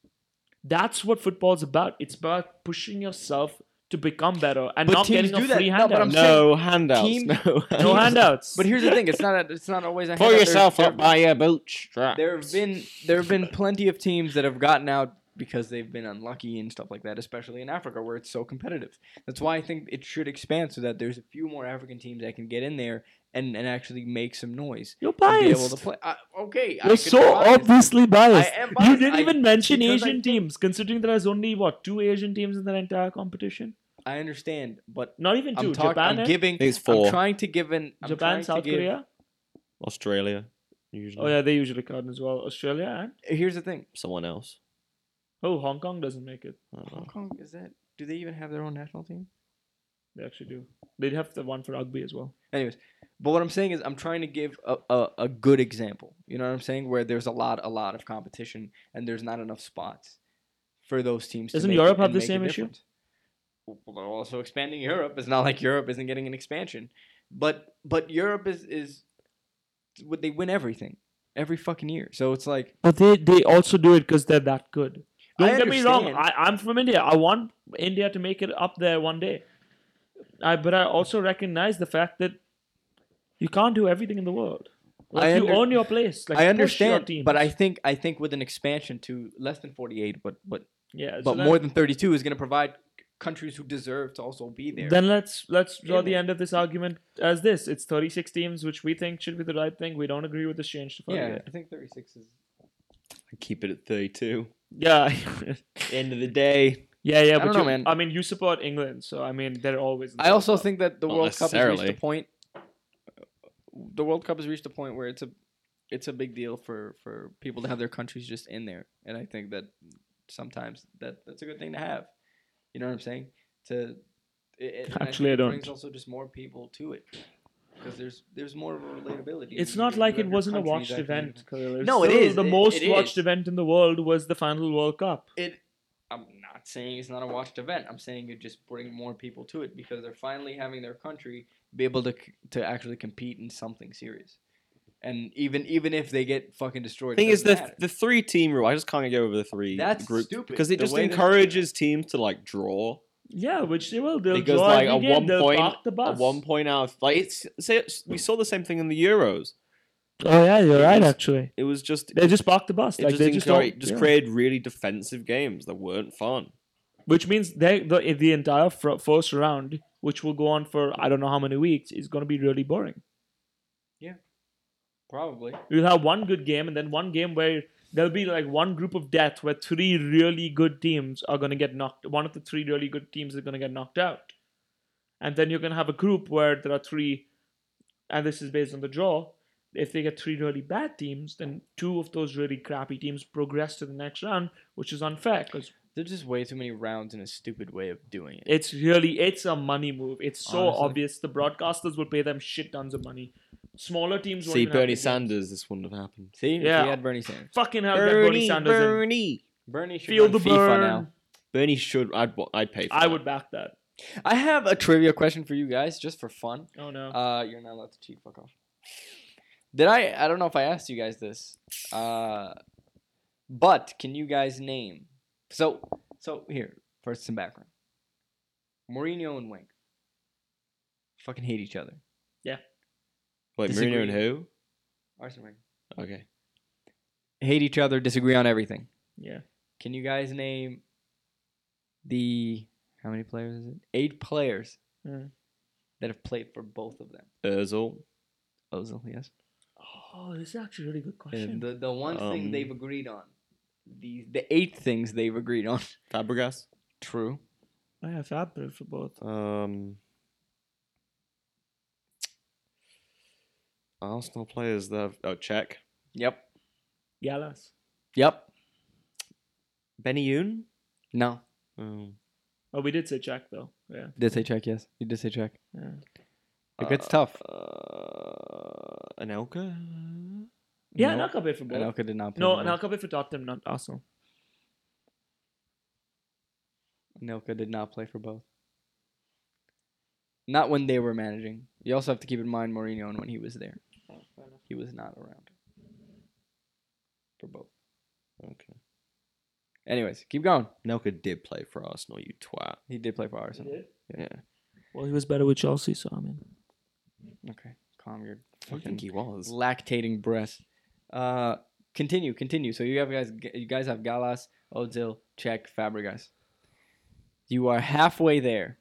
[SPEAKER 3] That's what football's about. It's about pushing yourself to become better and
[SPEAKER 2] But
[SPEAKER 3] not
[SPEAKER 2] teams
[SPEAKER 3] getting a
[SPEAKER 2] do that.
[SPEAKER 3] free
[SPEAKER 2] No,
[SPEAKER 3] handout.
[SPEAKER 2] but I'm saying-
[SPEAKER 1] No handouts.
[SPEAKER 2] team-
[SPEAKER 1] no handouts.
[SPEAKER 3] no handouts.
[SPEAKER 2] But here's the thing: it's not. A, it's not always a.
[SPEAKER 1] Pull
[SPEAKER 2] handout. There-
[SPEAKER 1] yourself
[SPEAKER 2] there-
[SPEAKER 1] up by your bootstraps.
[SPEAKER 2] There have been there have been plenty of teams that have gotten out because they've been unlucky and stuff like that, especially in Africa where it's so competitive. That's why I think it should expand so that there's a few more African teams that can get in there and, and actually make some noise.
[SPEAKER 3] you're
[SPEAKER 2] and
[SPEAKER 3] biased.
[SPEAKER 2] Be able to play. I, okay, I
[SPEAKER 3] You're
[SPEAKER 2] could
[SPEAKER 3] so
[SPEAKER 2] be biased.
[SPEAKER 3] obviously biased.
[SPEAKER 2] I am
[SPEAKER 3] You
[SPEAKER 2] biased.
[SPEAKER 3] didn't
[SPEAKER 2] I-
[SPEAKER 3] even mention
[SPEAKER 2] because I
[SPEAKER 3] Asian teams, considering there is only what two Asian teams in that entire competition.
[SPEAKER 2] I understand, but
[SPEAKER 3] Not even
[SPEAKER 2] I'm
[SPEAKER 3] two.
[SPEAKER 2] talking.
[SPEAKER 3] Japan,
[SPEAKER 2] I'm
[SPEAKER 3] eh?
[SPEAKER 2] giving.
[SPEAKER 1] It's
[SPEAKER 2] I'm
[SPEAKER 1] four.
[SPEAKER 2] trying to give an. I'm trying
[SPEAKER 3] Japan,
[SPEAKER 2] to
[SPEAKER 3] South
[SPEAKER 2] give-
[SPEAKER 3] Korea.
[SPEAKER 1] Australia, usually.
[SPEAKER 3] Oh yeah, they usually card as well. Australia and
[SPEAKER 2] Here's the thing.
[SPEAKER 1] Someone else.
[SPEAKER 3] oh, Hong Kong doesn't make it.
[SPEAKER 1] I don't
[SPEAKER 2] Hong
[SPEAKER 1] know.
[SPEAKER 2] Kong is that? Do they even have their own national team?
[SPEAKER 3] They actually do. They'd have the one for rugby as well.
[SPEAKER 2] Anyways, but what I'm saying is I'm trying to give a, a, a good example. You know what I'm saying? Where there's a lot a lot of competition and there's not enough spots for those teams. to
[SPEAKER 3] Doesn't
[SPEAKER 2] make it
[SPEAKER 3] Europe have
[SPEAKER 2] and
[SPEAKER 3] the
[SPEAKER 2] make a
[SPEAKER 3] same issue?
[SPEAKER 2] difference. Well, they're also expanding Europe. It's not like Europe isn't getting an expansion, but but Europe is is would they win everything every fucking year? So it's like
[SPEAKER 3] But they they also do it because they're that good.
[SPEAKER 2] I
[SPEAKER 3] Don't get me wrong. I,
[SPEAKER 2] understand.
[SPEAKER 3] I'm from India. I want India to make it up there one day. I but I also recognize the fact that you can't do everything in the world. Like
[SPEAKER 2] I
[SPEAKER 3] you
[SPEAKER 2] under-
[SPEAKER 3] own your place. Like
[SPEAKER 2] I
[SPEAKER 3] push your
[SPEAKER 2] understand, but I
[SPEAKER 3] teams.
[SPEAKER 2] think I think with an expansion to less than 48, but but
[SPEAKER 3] yeah. so
[SPEAKER 2] but
[SPEAKER 3] that-
[SPEAKER 2] more than 32 is going to provide countries who deserve to also be there.
[SPEAKER 3] Then let's let's draw the
[SPEAKER 2] Yeah.
[SPEAKER 3] end of this argument as this: it's 36 teams, which we think should be the right thing. We don't agree with this change to 48.
[SPEAKER 2] Yeah, I think 36 is.
[SPEAKER 1] Keep it at 32.
[SPEAKER 3] Yeah,
[SPEAKER 1] End of the day.
[SPEAKER 3] yeah, yeah.
[SPEAKER 2] I
[SPEAKER 3] but
[SPEAKER 2] don't know,
[SPEAKER 3] you-
[SPEAKER 2] man.
[SPEAKER 3] I mean, you support England, so I mean, they're always. in the
[SPEAKER 2] I
[SPEAKER 3] World
[SPEAKER 2] also
[SPEAKER 3] Cup.
[SPEAKER 2] think that the
[SPEAKER 1] Not
[SPEAKER 2] World Cup has reached a
[SPEAKER 1] necessarily.
[SPEAKER 2] point. The World Cup has reached a point where it's a, it's a big deal for for people to have their countries just in there, and I think that sometimes that that's a good thing to have. You know what I'm saying? To it, it- and
[SPEAKER 3] Actually,
[SPEAKER 2] think
[SPEAKER 3] I
[SPEAKER 2] it brings also just more people to it because there's there's more of a relatability.
[SPEAKER 3] It's
[SPEAKER 2] You-
[SPEAKER 3] not
[SPEAKER 2] you
[SPEAKER 3] like
[SPEAKER 2] have
[SPEAKER 3] it
[SPEAKER 2] your
[SPEAKER 3] wasn't a
[SPEAKER 2] countries
[SPEAKER 3] watched
[SPEAKER 2] that can-
[SPEAKER 3] event. Khalil. It's
[SPEAKER 2] No, it
[SPEAKER 3] still
[SPEAKER 2] is.
[SPEAKER 3] The
[SPEAKER 2] It-
[SPEAKER 3] most
[SPEAKER 2] it
[SPEAKER 3] watched
[SPEAKER 2] is.
[SPEAKER 3] event in the world was the final World Cup.
[SPEAKER 2] it i'm not saying it's not a watched event i'm saying it just bring more people to it because they're finally having their country be able to c- to actually compete in something serious And even even if they get fucking destroyed,
[SPEAKER 1] thing
[SPEAKER 2] it
[SPEAKER 1] is
[SPEAKER 2] doesn't
[SPEAKER 1] the
[SPEAKER 2] matter.
[SPEAKER 1] the three team rule. I just can't get over the three
[SPEAKER 2] That's
[SPEAKER 1] group
[SPEAKER 2] stupid,
[SPEAKER 1] because it
[SPEAKER 2] the
[SPEAKER 1] just
[SPEAKER 2] way they-
[SPEAKER 1] encourages teams to like draw.
[SPEAKER 3] Yeah, which they will. They'll
[SPEAKER 1] Because,
[SPEAKER 3] draw
[SPEAKER 1] like,
[SPEAKER 3] every
[SPEAKER 1] at
[SPEAKER 3] game,
[SPEAKER 1] one
[SPEAKER 3] they'll
[SPEAKER 1] point-
[SPEAKER 3] park the
[SPEAKER 1] At
[SPEAKER 3] bus.
[SPEAKER 1] one point out, like it's say it's- we saw the same thing in the Euros.
[SPEAKER 3] Oh yeah, you're right.
[SPEAKER 1] It's-
[SPEAKER 3] Actually,
[SPEAKER 1] It was just it
[SPEAKER 3] they just park the bus. like
[SPEAKER 1] just
[SPEAKER 3] they just
[SPEAKER 1] encourage-
[SPEAKER 3] don't-
[SPEAKER 1] just
[SPEAKER 3] yeah.
[SPEAKER 1] created really defensive games that weren't fun.
[SPEAKER 3] Which means they the, the entire fir- first round, which will go on for I don't know how many weeks, is going to be really boring.
[SPEAKER 2] probably
[SPEAKER 3] You'll have one good game and then one game where there'll be like one group of death where three really good teams are going to get knocked. One of the three really good teams is going to get knocked out, and then you're going to have a group where there are three, and this is based on the draw. If they get three really bad teams, then two of those really crappy teams progress to the next round, which is unfair because
[SPEAKER 2] there's just way too many rounds in a stupid way of doing it.
[SPEAKER 3] It's really it's a money move. It's so
[SPEAKER 2] Honestly.
[SPEAKER 3] obvious. The broadcasters will pay them shit tons of money. Smaller teams won't
[SPEAKER 1] See
[SPEAKER 3] even have
[SPEAKER 1] Bernie
[SPEAKER 3] the game.
[SPEAKER 1] Sanders, this wouldn't have happened.
[SPEAKER 2] See, yeah,
[SPEAKER 3] Yeah.
[SPEAKER 2] if we had Bernie Sanders.
[SPEAKER 3] Fucking hell, get Bernie Sanders in.
[SPEAKER 1] Bernie,
[SPEAKER 2] Bernie should
[SPEAKER 3] Feel
[SPEAKER 2] Feel
[SPEAKER 3] the
[SPEAKER 2] FIFA
[SPEAKER 3] burn.
[SPEAKER 2] now.
[SPEAKER 1] Bernie should. I'd wa- I'd pay. For
[SPEAKER 3] I
[SPEAKER 1] that.
[SPEAKER 3] would back that.
[SPEAKER 2] I have a trivia question for you guys, just for fun.
[SPEAKER 3] Oh no.
[SPEAKER 2] Uh, you're not allowed to cheat. Fuck off. Did I? I don't know if I asked you guys this. Uh, but can you guys name? So, so here first some background. Mourinho and Wink fucking hate each other.
[SPEAKER 1] Wait,
[SPEAKER 2] disagree.
[SPEAKER 1] Mourinho and who?
[SPEAKER 2] Arsene Wenger
[SPEAKER 1] Okay,
[SPEAKER 2] hate each other, disagree on everything.
[SPEAKER 3] yeah.
[SPEAKER 2] Can you guys name the how many players is it? Eight players
[SPEAKER 3] Mm.
[SPEAKER 2] that have played for both of them.
[SPEAKER 1] Özil.
[SPEAKER 2] Ozil, yes.
[SPEAKER 3] Oh, this is actually a really good question.
[SPEAKER 2] The the one
[SPEAKER 1] Um,
[SPEAKER 2] thing they've agreed on. The the eight things they've agreed on.
[SPEAKER 1] Fabregas.
[SPEAKER 2] True.
[SPEAKER 3] I have Apple for both.
[SPEAKER 1] Um, Arsenal players that have, oh check
[SPEAKER 2] Yep.
[SPEAKER 3] Yalas.
[SPEAKER 2] Yep.
[SPEAKER 1] Benny Yoon.
[SPEAKER 2] No.
[SPEAKER 1] Oh.
[SPEAKER 3] Oh, we did say Jack though. Yeah.
[SPEAKER 2] Did say check, yes. You did say check.
[SPEAKER 3] yeah.
[SPEAKER 2] Like, it's tough.
[SPEAKER 1] Uh, Anelka.
[SPEAKER 3] Yeah,
[SPEAKER 2] no.
[SPEAKER 3] no. Anelka paid for both.
[SPEAKER 2] Anelka did not play.
[SPEAKER 3] No,
[SPEAKER 2] for
[SPEAKER 3] Anelka paid for Tottenham, not Arsenal.
[SPEAKER 2] both. Anelka did not play for both. Not when they were managing. You also have to keep in mind Mourinho and when he was there. He was not around. For both.
[SPEAKER 1] Okay.
[SPEAKER 2] Anyways, keep going.
[SPEAKER 1] Anelka did play for Arsenal. You twat.
[SPEAKER 2] He did play for Arsenal.
[SPEAKER 1] Yeah.
[SPEAKER 3] Well, he was better with Chelsea, so I mean.
[SPEAKER 2] Okay, calm your
[SPEAKER 1] I think
[SPEAKER 2] fucking
[SPEAKER 1] he was.
[SPEAKER 2] lactating breath. Uh, continue, continue. So you have guys, you guys have Galas, Ozil, Czech, Fabregas. You are halfway there.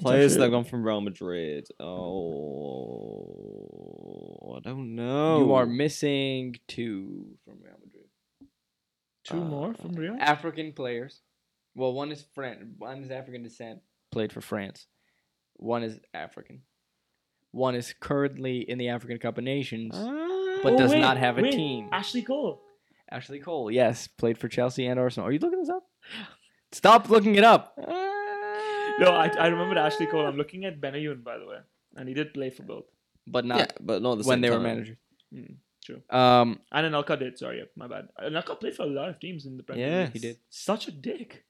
[SPEAKER 1] Players that have gone from Real Madrid. Oh, I don't know.
[SPEAKER 3] Oh.
[SPEAKER 2] You are missing two from Real Madrid.
[SPEAKER 3] Two
[SPEAKER 1] Uh,
[SPEAKER 3] more from Real.
[SPEAKER 2] African players. Well, one is Fran. One is African descent. Played for France. One is African. One is currently in the African Cup of Nations. but
[SPEAKER 3] Oh,
[SPEAKER 2] does
[SPEAKER 3] wait,
[SPEAKER 2] not have a
[SPEAKER 3] wait.
[SPEAKER 2] team.
[SPEAKER 3] Ashley Cole.
[SPEAKER 2] Ashley Cole, yes, played for Chelsea and Arsenal. Are you looking this up? Stop looking it up.
[SPEAKER 3] Ah. No, I, I remember Ashley Cole. I'm looking at Benayoun, by the way, and he did play for both.
[SPEAKER 2] But
[SPEAKER 1] Yeah,
[SPEAKER 2] not
[SPEAKER 1] but not at the
[SPEAKER 2] when
[SPEAKER 1] same
[SPEAKER 2] they were
[SPEAKER 1] time.
[SPEAKER 2] managers.
[SPEAKER 3] Mm, true.
[SPEAKER 2] Um,
[SPEAKER 3] And Anelka did. Sorry, yeah, my bad. Anelka played for a lot of teams in the Premier
[SPEAKER 1] Yeah,
[SPEAKER 3] League.
[SPEAKER 1] he
[SPEAKER 2] did.
[SPEAKER 3] Such a dick.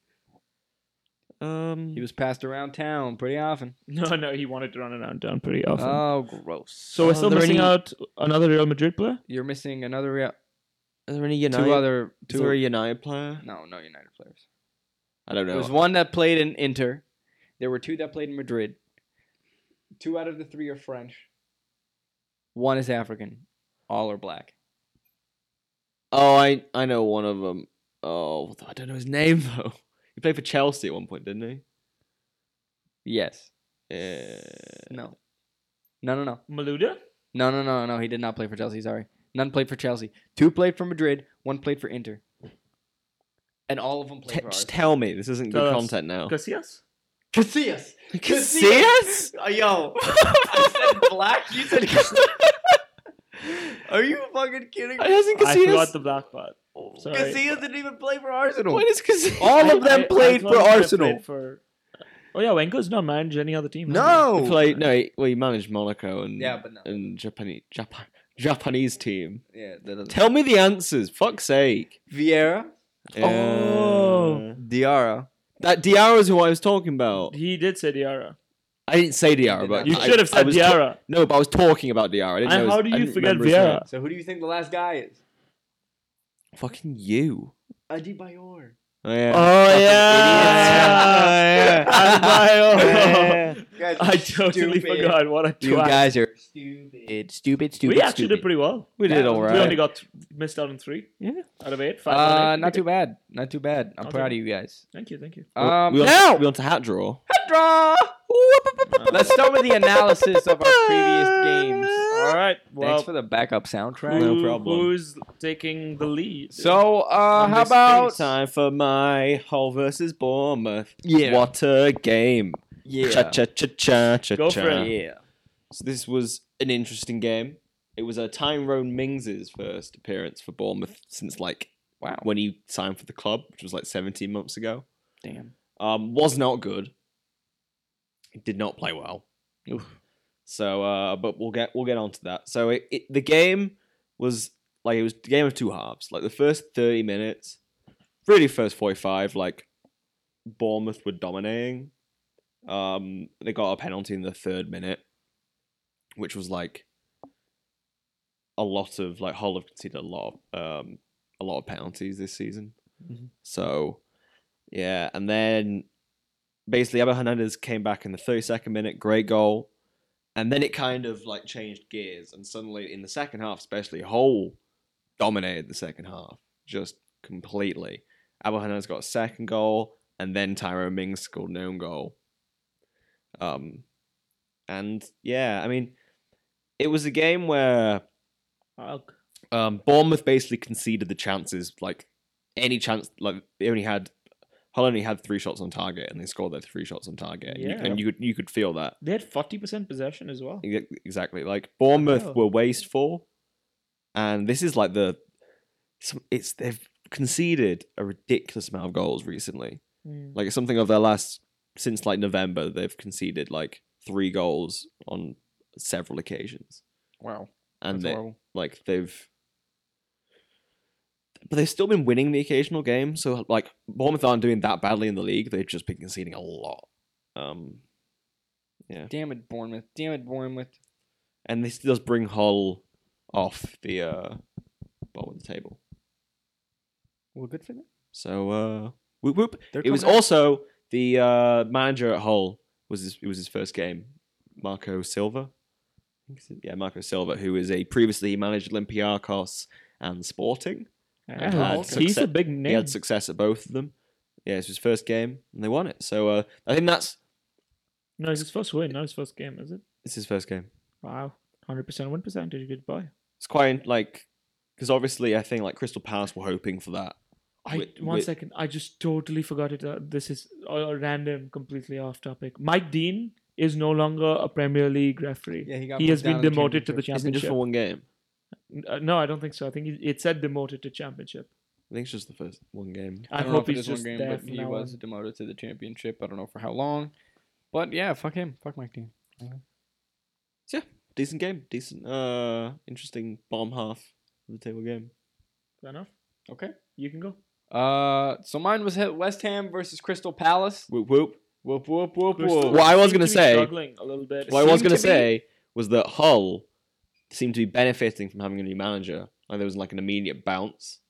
[SPEAKER 1] Um,
[SPEAKER 2] he was passed around town pretty often.
[SPEAKER 3] No, no, he wanted to run around town pretty often.
[SPEAKER 1] Uh,
[SPEAKER 2] Oh, gross.
[SPEAKER 3] so we're
[SPEAKER 2] Are
[SPEAKER 3] still
[SPEAKER 2] there
[SPEAKER 3] missing
[SPEAKER 2] any-
[SPEAKER 3] out another Real Madrid player.
[SPEAKER 2] You're missing another Real.
[SPEAKER 1] Are there any United?
[SPEAKER 2] two other.
[SPEAKER 1] Is
[SPEAKER 2] Two.
[SPEAKER 1] there a United player?
[SPEAKER 2] No, no United players.
[SPEAKER 1] I don't know.
[SPEAKER 2] There was one that played in Inter. There were two that played in Madrid. Two out of the three are French. One is African. All are black.
[SPEAKER 1] Oh, I I know one of them. Oh, what the- I don't know his name though. He played for Chelsea at one point, didn't he?
[SPEAKER 2] Yes.
[SPEAKER 1] Yeah.
[SPEAKER 2] No. No, no, no.
[SPEAKER 3] Maluda.
[SPEAKER 2] No, no, no, no. He did not play for Chelsea. Sorry, none played for Chelsea. Two played for Madrid. One played for Inter. And all of them played
[SPEAKER 1] Te-
[SPEAKER 2] for
[SPEAKER 1] just
[SPEAKER 2] Arsenal.
[SPEAKER 1] tell me this isn't good
[SPEAKER 3] Tell us.
[SPEAKER 1] content now.
[SPEAKER 3] Casillas.
[SPEAKER 2] Casillas.
[SPEAKER 1] Casillas?
[SPEAKER 2] Uh, yo, I said black. You said. Are you fucking kidding
[SPEAKER 1] I
[SPEAKER 2] me? Oh,
[SPEAKER 1] wasn't
[SPEAKER 3] I forgot
[SPEAKER 1] Casillas.
[SPEAKER 3] the black part. Sorry.
[SPEAKER 2] Casillas didn't even play for Arsenal.
[SPEAKER 1] When is Casillas?
[SPEAKER 2] All of them
[SPEAKER 3] I- I
[SPEAKER 2] played
[SPEAKER 3] thought
[SPEAKER 2] for
[SPEAKER 3] he had
[SPEAKER 2] Arsenal.
[SPEAKER 3] played for- Oh yeah, Wenger's not managed any other team. has
[SPEAKER 2] No.
[SPEAKER 1] He played no. He, well, he managed Monaco and
[SPEAKER 2] Oh, Yeah, but no.
[SPEAKER 1] and Japanese Japan, Japanese team.
[SPEAKER 2] Yeah, that doesn't-
[SPEAKER 1] Tell me the answers, fuck's sake.
[SPEAKER 2] Vieira,
[SPEAKER 3] Oh.
[SPEAKER 1] Uh,
[SPEAKER 2] Diarra. Oh,
[SPEAKER 1] that Diarra's who I was talking
[SPEAKER 3] he?
[SPEAKER 1] about.
[SPEAKER 3] He did say Diarra.
[SPEAKER 1] I didn't say Diarra, but
[SPEAKER 3] You
[SPEAKER 1] I-
[SPEAKER 3] should have
[SPEAKER 1] I
[SPEAKER 3] said
[SPEAKER 1] was ta-
[SPEAKER 3] Diarra.
[SPEAKER 1] no, but I was talking about Diarra. I didn't
[SPEAKER 3] And
[SPEAKER 1] know his-
[SPEAKER 3] how do
[SPEAKER 1] I
[SPEAKER 3] you
[SPEAKER 1] didn't
[SPEAKER 3] forget
[SPEAKER 1] remember his
[SPEAKER 3] Vieira?
[SPEAKER 1] name.
[SPEAKER 2] So who do you think the last guy is?
[SPEAKER 1] Fucking you.
[SPEAKER 2] Adebayor.
[SPEAKER 1] Oh yeah.
[SPEAKER 3] Oh
[SPEAKER 2] Uh,
[SPEAKER 3] yeah.
[SPEAKER 1] idiots.
[SPEAKER 3] Adebayo.
[SPEAKER 1] Yeah.
[SPEAKER 2] Guys,
[SPEAKER 3] I totally
[SPEAKER 2] stupid.
[SPEAKER 3] forgot what a
[SPEAKER 1] You
[SPEAKER 3] twat.
[SPEAKER 1] guys are
[SPEAKER 2] Stupid.
[SPEAKER 1] stupid, stupid, stupid.
[SPEAKER 3] we actually
[SPEAKER 1] stupid.
[SPEAKER 3] did pretty well.
[SPEAKER 1] We did all
[SPEAKER 3] We
[SPEAKER 1] right.
[SPEAKER 3] only got th- missed out on three.
[SPEAKER 1] Yeah.
[SPEAKER 3] Out of eight. Five. out
[SPEAKER 2] Uh,
[SPEAKER 3] of eight.
[SPEAKER 2] not too bad. Not too bad. I'm
[SPEAKER 3] Not too
[SPEAKER 2] proud
[SPEAKER 3] bad.
[SPEAKER 2] of you guys.
[SPEAKER 3] Thank you. Thank you.
[SPEAKER 2] Um,
[SPEAKER 1] we, on,
[SPEAKER 2] now
[SPEAKER 1] we on to hat draw.
[SPEAKER 2] draw. Let's start with the analysis of our previous games.
[SPEAKER 3] All right. Well,
[SPEAKER 2] Thanks for the backup soundtrack.
[SPEAKER 1] No
[SPEAKER 3] who-
[SPEAKER 1] problem.
[SPEAKER 3] Who's taking the lead?
[SPEAKER 2] So, uh,
[SPEAKER 3] On
[SPEAKER 2] how
[SPEAKER 3] this
[SPEAKER 2] about
[SPEAKER 1] time for my Hull versus Bournemouth?
[SPEAKER 2] Yeah.
[SPEAKER 1] What a game! Cha
[SPEAKER 2] yeah,
[SPEAKER 1] cha cha cha cha
[SPEAKER 3] Go
[SPEAKER 1] cha.
[SPEAKER 3] for it.
[SPEAKER 2] yeah,
[SPEAKER 1] So this was an interesting game. It was a Tyrone Mings's first appearance for Bournemouth since like
[SPEAKER 2] wow,
[SPEAKER 1] when he signed for the club, which was like 17 months ago.
[SPEAKER 2] damn,
[SPEAKER 1] Um, was not good. It did not play well. So, uh, but we'll get we'll get onto that. So it, it the game was like it was a game of two halves. Like the first 30 minutes, really first 45, like Bournemouth were dominating. Um, they got a penalty in the third minute, which was like a lot of like Hull have conceded a lot of um, a lot of penalties this season.
[SPEAKER 2] Mhm.
[SPEAKER 1] So yeah, and then basically Abba Hernandez came back in the 32nd minute, great goal. And then it kind of like changed gears, and suddenly in the second half, especially, Hull dominated the second half just completely. Abel Hernandez got a second goal, and then Tyrone Mings scored an own goal. Um, and yeah, I mean, it was a game where
[SPEAKER 3] Fuck.
[SPEAKER 1] um, Bournemouth basically conceded the chances, like any chance, like they only had Hull only had three shots on target, and they scored their three shots on target, and, you,
[SPEAKER 3] Yeah.
[SPEAKER 1] and you could you could feel that.
[SPEAKER 3] They had forty percent possession as well.
[SPEAKER 1] Ex- Exactly. Like Bournemouth
[SPEAKER 3] hell?
[SPEAKER 1] were wasteful, and this is like the some- it's they've conceded a ridiculous amount of goals recently.
[SPEAKER 3] Hmm.
[SPEAKER 1] Like it's something of their last since like November they've conceded like three goals on several occasions,
[SPEAKER 2] wow,
[SPEAKER 1] and
[SPEAKER 2] that's
[SPEAKER 1] they,
[SPEAKER 2] horrible.
[SPEAKER 1] like they've. But they've still been winning the occasional game, so like Bournemouth aren't doing that badly in the league. They've just been conceding a lot, um,
[SPEAKER 2] Damn it, Bournemouth. Damn it, Bournemouth.
[SPEAKER 1] and this does bring Hull off the uh, bottom of the table.
[SPEAKER 2] Well, good for them.
[SPEAKER 1] So uh, whoop whoop.
[SPEAKER 2] They're
[SPEAKER 1] It was
[SPEAKER 2] coming up.
[SPEAKER 1] also the uh, manager at Hull was his, it was his first game, Marco Silva. I think it's- Yeah, Marco Silva, who is a previously he managed Olympiacos and Sporting.
[SPEAKER 3] Yeah,
[SPEAKER 1] had
[SPEAKER 3] he's
[SPEAKER 1] success-
[SPEAKER 3] a big
[SPEAKER 1] He
[SPEAKER 3] name.
[SPEAKER 1] had success at both of them. Yeah, it's his first game and they won it. So uh, I think that's
[SPEAKER 3] no, it's his first win, not his first game, is it?
[SPEAKER 1] it's his first game.
[SPEAKER 3] Wow, hundred percent win percentage. Good boy.
[SPEAKER 1] It's quite like because obviously I think like Crystal Palace were hoping for that.
[SPEAKER 3] I one
[SPEAKER 1] Wait,
[SPEAKER 3] second.
[SPEAKER 1] wait.
[SPEAKER 3] I just totally forgot it. Uh, this is a a random, completely off topic. Mike Dean is no longer a Premier League referee.
[SPEAKER 2] Yeah, he got
[SPEAKER 3] he
[SPEAKER 2] put
[SPEAKER 3] has
[SPEAKER 2] down
[SPEAKER 3] been
[SPEAKER 2] in the
[SPEAKER 3] demoted to the
[SPEAKER 1] Isn't it
[SPEAKER 3] championship.
[SPEAKER 1] just for one game?
[SPEAKER 3] Uh, no, I don't think so. I think it- it said demoted to championship.
[SPEAKER 1] I think it's just the first one game.
[SPEAKER 3] I,
[SPEAKER 2] don't know if
[SPEAKER 3] hope
[SPEAKER 2] it
[SPEAKER 3] he's
[SPEAKER 2] is one
[SPEAKER 3] just
[SPEAKER 2] game,
[SPEAKER 3] there
[SPEAKER 2] but
[SPEAKER 3] from
[SPEAKER 2] he
[SPEAKER 3] now
[SPEAKER 2] was
[SPEAKER 3] on.
[SPEAKER 2] demoted to the championship. I don't know for how long, but yeah, fuck him. Fuck Mike Dean.
[SPEAKER 1] Decent game, decent, uh, interesting bottom half of the table game.
[SPEAKER 3] Fair enough.
[SPEAKER 2] Okay.
[SPEAKER 3] You can go.
[SPEAKER 2] Uh, so mine was he- West Ham versus Crystal Palace.
[SPEAKER 1] Whoop whoop.
[SPEAKER 2] Whoop whoop whoop
[SPEAKER 3] Crystal
[SPEAKER 2] whoop.
[SPEAKER 1] Well, I was
[SPEAKER 3] seem
[SPEAKER 1] gonna
[SPEAKER 3] be
[SPEAKER 1] say-
[SPEAKER 3] struggling a little bit.
[SPEAKER 1] What I was
[SPEAKER 3] Seem
[SPEAKER 1] going to
[SPEAKER 3] be-
[SPEAKER 1] say was that Hull seemed to be benefiting from having a new manager. Like there was like an immediate bounce,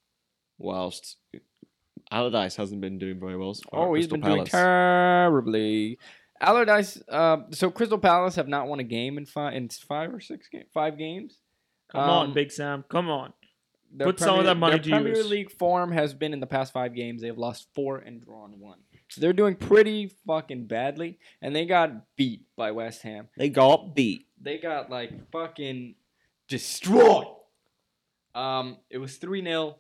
[SPEAKER 1] whilst Allardyce hasn't been doing very well. So far at
[SPEAKER 2] Oh, he's
[SPEAKER 1] Crystal
[SPEAKER 2] been doing
[SPEAKER 1] Palace.
[SPEAKER 2] terribly. Allardyce. Uh, so Crystal Palace have not won a game in five in five or six game, five games.
[SPEAKER 3] Come
[SPEAKER 2] Um,
[SPEAKER 3] on, Big Sam. Come on.
[SPEAKER 2] Their
[SPEAKER 3] Put some of that money
[SPEAKER 2] their
[SPEAKER 3] to
[SPEAKER 2] Premier
[SPEAKER 3] use.
[SPEAKER 2] League form has been in the past five games. They've lost four and drawn one. So they're doing pretty fucking badly, and they got beat by West Ham.
[SPEAKER 1] They got beat.
[SPEAKER 2] They got like fucking destroyed. Um, it was three 0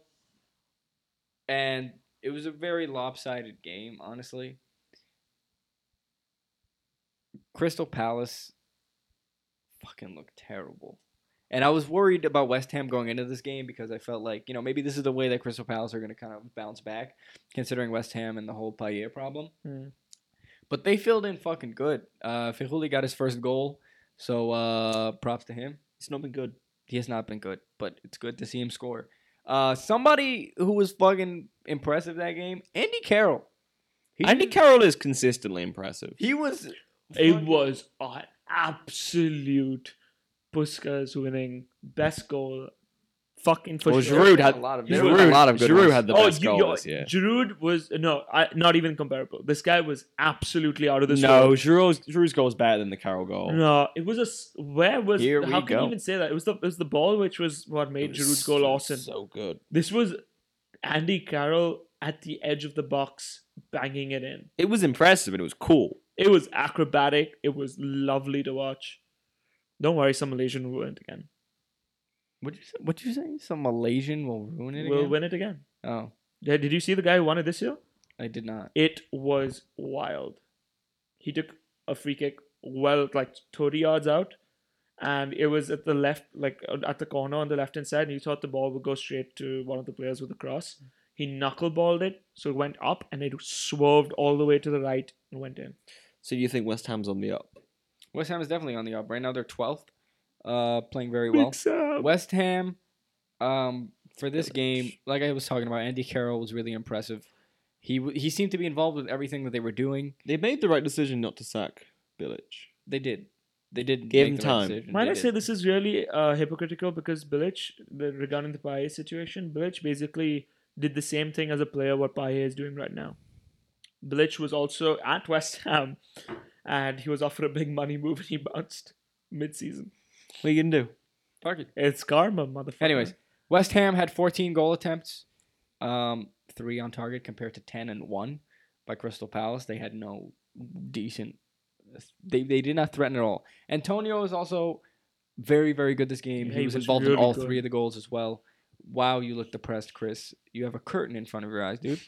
[SPEAKER 2] and it was a very lopsided game, honestly. Crystal Palace fucking looked terrible. And I was worried about West Ham going into this game because I felt like, you know, maybe this is the way that Crystal Palace are going to kind of bounce back, considering West Ham and the whole Payet problem.
[SPEAKER 3] Hmm.
[SPEAKER 2] But they filled in fucking good. Uh, Fihuli got his first goal, so uh, props to him.
[SPEAKER 1] It's not been good.
[SPEAKER 2] He has not been good, but it's good to see him score. Uh, somebody who was fucking impressive that game, Andy Carroll. He
[SPEAKER 1] Andy
[SPEAKER 2] was-
[SPEAKER 1] Carroll is consistently impressive.
[SPEAKER 2] He was
[SPEAKER 3] It was an absolute Puskas winning best goal fucking for
[SPEAKER 1] Well,
[SPEAKER 3] sure.
[SPEAKER 1] Giroud had
[SPEAKER 2] a lot of
[SPEAKER 3] Giroud-
[SPEAKER 2] there was a lot of good
[SPEAKER 1] Giroud
[SPEAKER 2] ones.
[SPEAKER 1] had the
[SPEAKER 3] oh,
[SPEAKER 1] best
[SPEAKER 3] you,
[SPEAKER 1] goal
[SPEAKER 3] yo-
[SPEAKER 1] this year.
[SPEAKER 3] Giroud was no, I, not even comparable. This guy was absolutely out of this
[SPEAKER 1] No,
[SPEAKER 3] world.
[SPEAKER 1] Giroud's, Giroud's goal is better than the Carroll goal.
[SPEAKER 3] No, it was a s- where was
[SPEAKER 1] Here we
[SPEAKER 3] how can
[SPEAKER 1] go.
[SPEAKER 3] you even say that? It was the it was the ball which was what made
[SPEAKER 1] It was
[SPEAKER 3] Giroud's goal awesome.
[SPEAKER 1] So good.
[SPEAKER 3] this was Andy Carroll at the edge of the box banging it in.
[SPEAKER 1] It was impressive and it was cool.
[SPEAKER 3] It was acrobatic. It was lovely to watch. Don't worry, some Malaysian will win it again.
[SPEAKER 2] What you say? What you say? Some Malaysian will ruin it.
[SPEAKER 3] Will
[SPEAKER 2] again?
[SPEAKER 3] win it again.
[SPEAKER 2] Oh,
[SPEAKER 3] Yeah, Did you see the guy who won it this year?
[SPEAKER 2] I did not.
[SPEAKER 3] It was wild. He took a free kick well, like 30 yards out, and it was at the left, like uh, at the corner on the left hand side. And you thought the ball would go straight to one of the players with a cross. He knuckleballed it, so it went up and it swerved all the way to the right and went in.
[SPEAKER 1] So do you think West Ham's on the up?
[SPEAKER 2] West Ham is definitely on the up right now. They're twelfth, uh, playing very well.
[SPEAKER 3] Mix up.
[SPEAKER 2] West Ham, um, for this game, like I was talking about, Andy Carroll was really impressive. He w- he seemed to be involved with everything that they were doing.
[SPEAKER 1] They made the right decision not to sack Bilic.
[SPEAKER 2] They did. They did.
[SPEAKER 1] Gave
[SPEAKER 2] make
[SPEAKER 1] him
[SPEAKER 2] the right
[SPEAKER 1] time.
[SPEAKER 2] decision.
[SPEAKER 3] Might
[SPEAKER 2] They
[SPEAKER 3] I say
[SPEAKER 2] did.
[SPEAKER 3] this is really uh, hypocritical because Bilic, the, regarding the Paye situation, Bilic basically did the same thing as a player what Paye is doing right now. Bilic was also at West Ham and he was offered a big money move and he bounced mid-season.
[SPEAKER 1] What are you gonna do?
[SPEAKER 2] Fuck it.
[SPEAKER 3] It's karma, motherfucker.
[SPEAKER 2] Anyways, West Ham had 14 goal attempts, um, three on target compared to 10 and one by Crystal Palace. They had no decent. They they did not threaten at all. Antonio is also very very good this game.
[SPEAKER 3] Yeah,
[SPEAKER 2] he
[SPEAKER 3] he
[SPEAKER 2] was
[SPEAKER 3] was
[SPEAKER 2] involved in
[SPEAKER 3] really
[SPEAKER 2] all
[SPEAKER 3] good.
[SPEAKER 2] three of the goals as well. Wow, you look depressed, Chris. You have a curtain in front of your eyes, dude.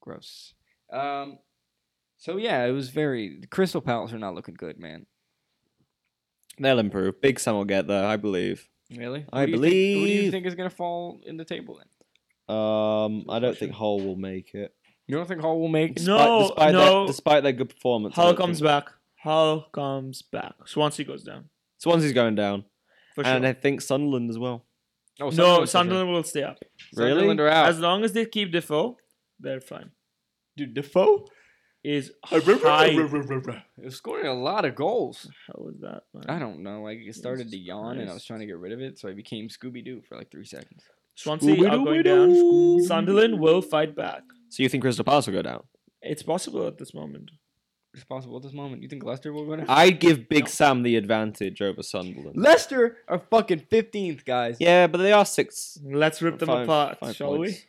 [SPEAKER 2] Gross. Um, so yeah, it was very. the Crystal Palace are not looking good, man.
[SPEAKER 1] They'll improve. Big Sam will get there, I believe.
[SPEAKER 2] Really?
[SPEAKER 1] I
[SPEAKER 2] do you think- who do you
[SPEAKER 1] believe-
[SPEAKER 2] think is gonna fall in the table then?
[SPEAKER 1] Um, I don't
[SPEAKER 2] question.
[SPEAKER 1] think Hull will make it.
[SPEAKER 2] You don't think Hall will make?
[SPEAKER 3] No, no.
[SPEAKER 1] Their, despite their good performance, I
[SPEAKER 3] Hull
[SPEAKER 1] don't
[SPEAKER 3] comes
[SPEAKER 1] think-
[SPEAKER 3] back. Hull comes back. Swansea goes down.
[SPEAKER 1] Swansea's going down,
[SPEAKER 3] For sure.
[SPEAKER 1] and I think Sunderland as well.
[SPEAKER 2] Oh,
[SPEAKER 3] no,
[SPEAKER 2] Sunderland, Oh.
[SPEAKER 3] Sunderland will stay up.
[SPEAKER 1] Really?
[SPEAKER 2] Sunderland are out.
[SPEAKER 3] As long as they keep Defoe, they're fine.
[SPEAKER 1] Dude, Defoe.
[SPEAKER 3] Is high.
[SPEAKER 2] They're scoring a lot of goals.
[SPEAKER 3] How was that? man?
[SPEAKER 2] I don't know. I started to
[SPEAKER 3] Jesus
[SPEAKER 2] yawn and I was
[SPEAKER 3] Christ.
[SPEAKER 2] trying to get rid of it, so I became Scooby Doo for like three seconds.
[SPEAKER 3] Swansea are going
[SPEAKER 1] Scooby-Doo.
[SPEAKER 3] down. Sunderland will fight back.
[SPEAKER 1] So you think Crystal Palace will go down?
[SPEAKER 3] It's possible at this moment.
[SPEAKER 2] It's possible at this moment. You think Leicester will go down?
[SPEAKER 1] I give Big
[SPEAKER 3] No.
[SPEAKER 1] Sam the advantage over Sunderland.
[SPEAKER 2] Leicester are fucking fifteenth, guys.
[SPEAKER 1] yeah, but they are six.
[SPEAKER 3] Let's rip them
[SPEAKER 1] five-
[SPEAKER 3] apart,
[SPEAKER 1] five
[SPEAKER 3] shall
[SPEAKER 1] points.
[SPEAKER 3] we?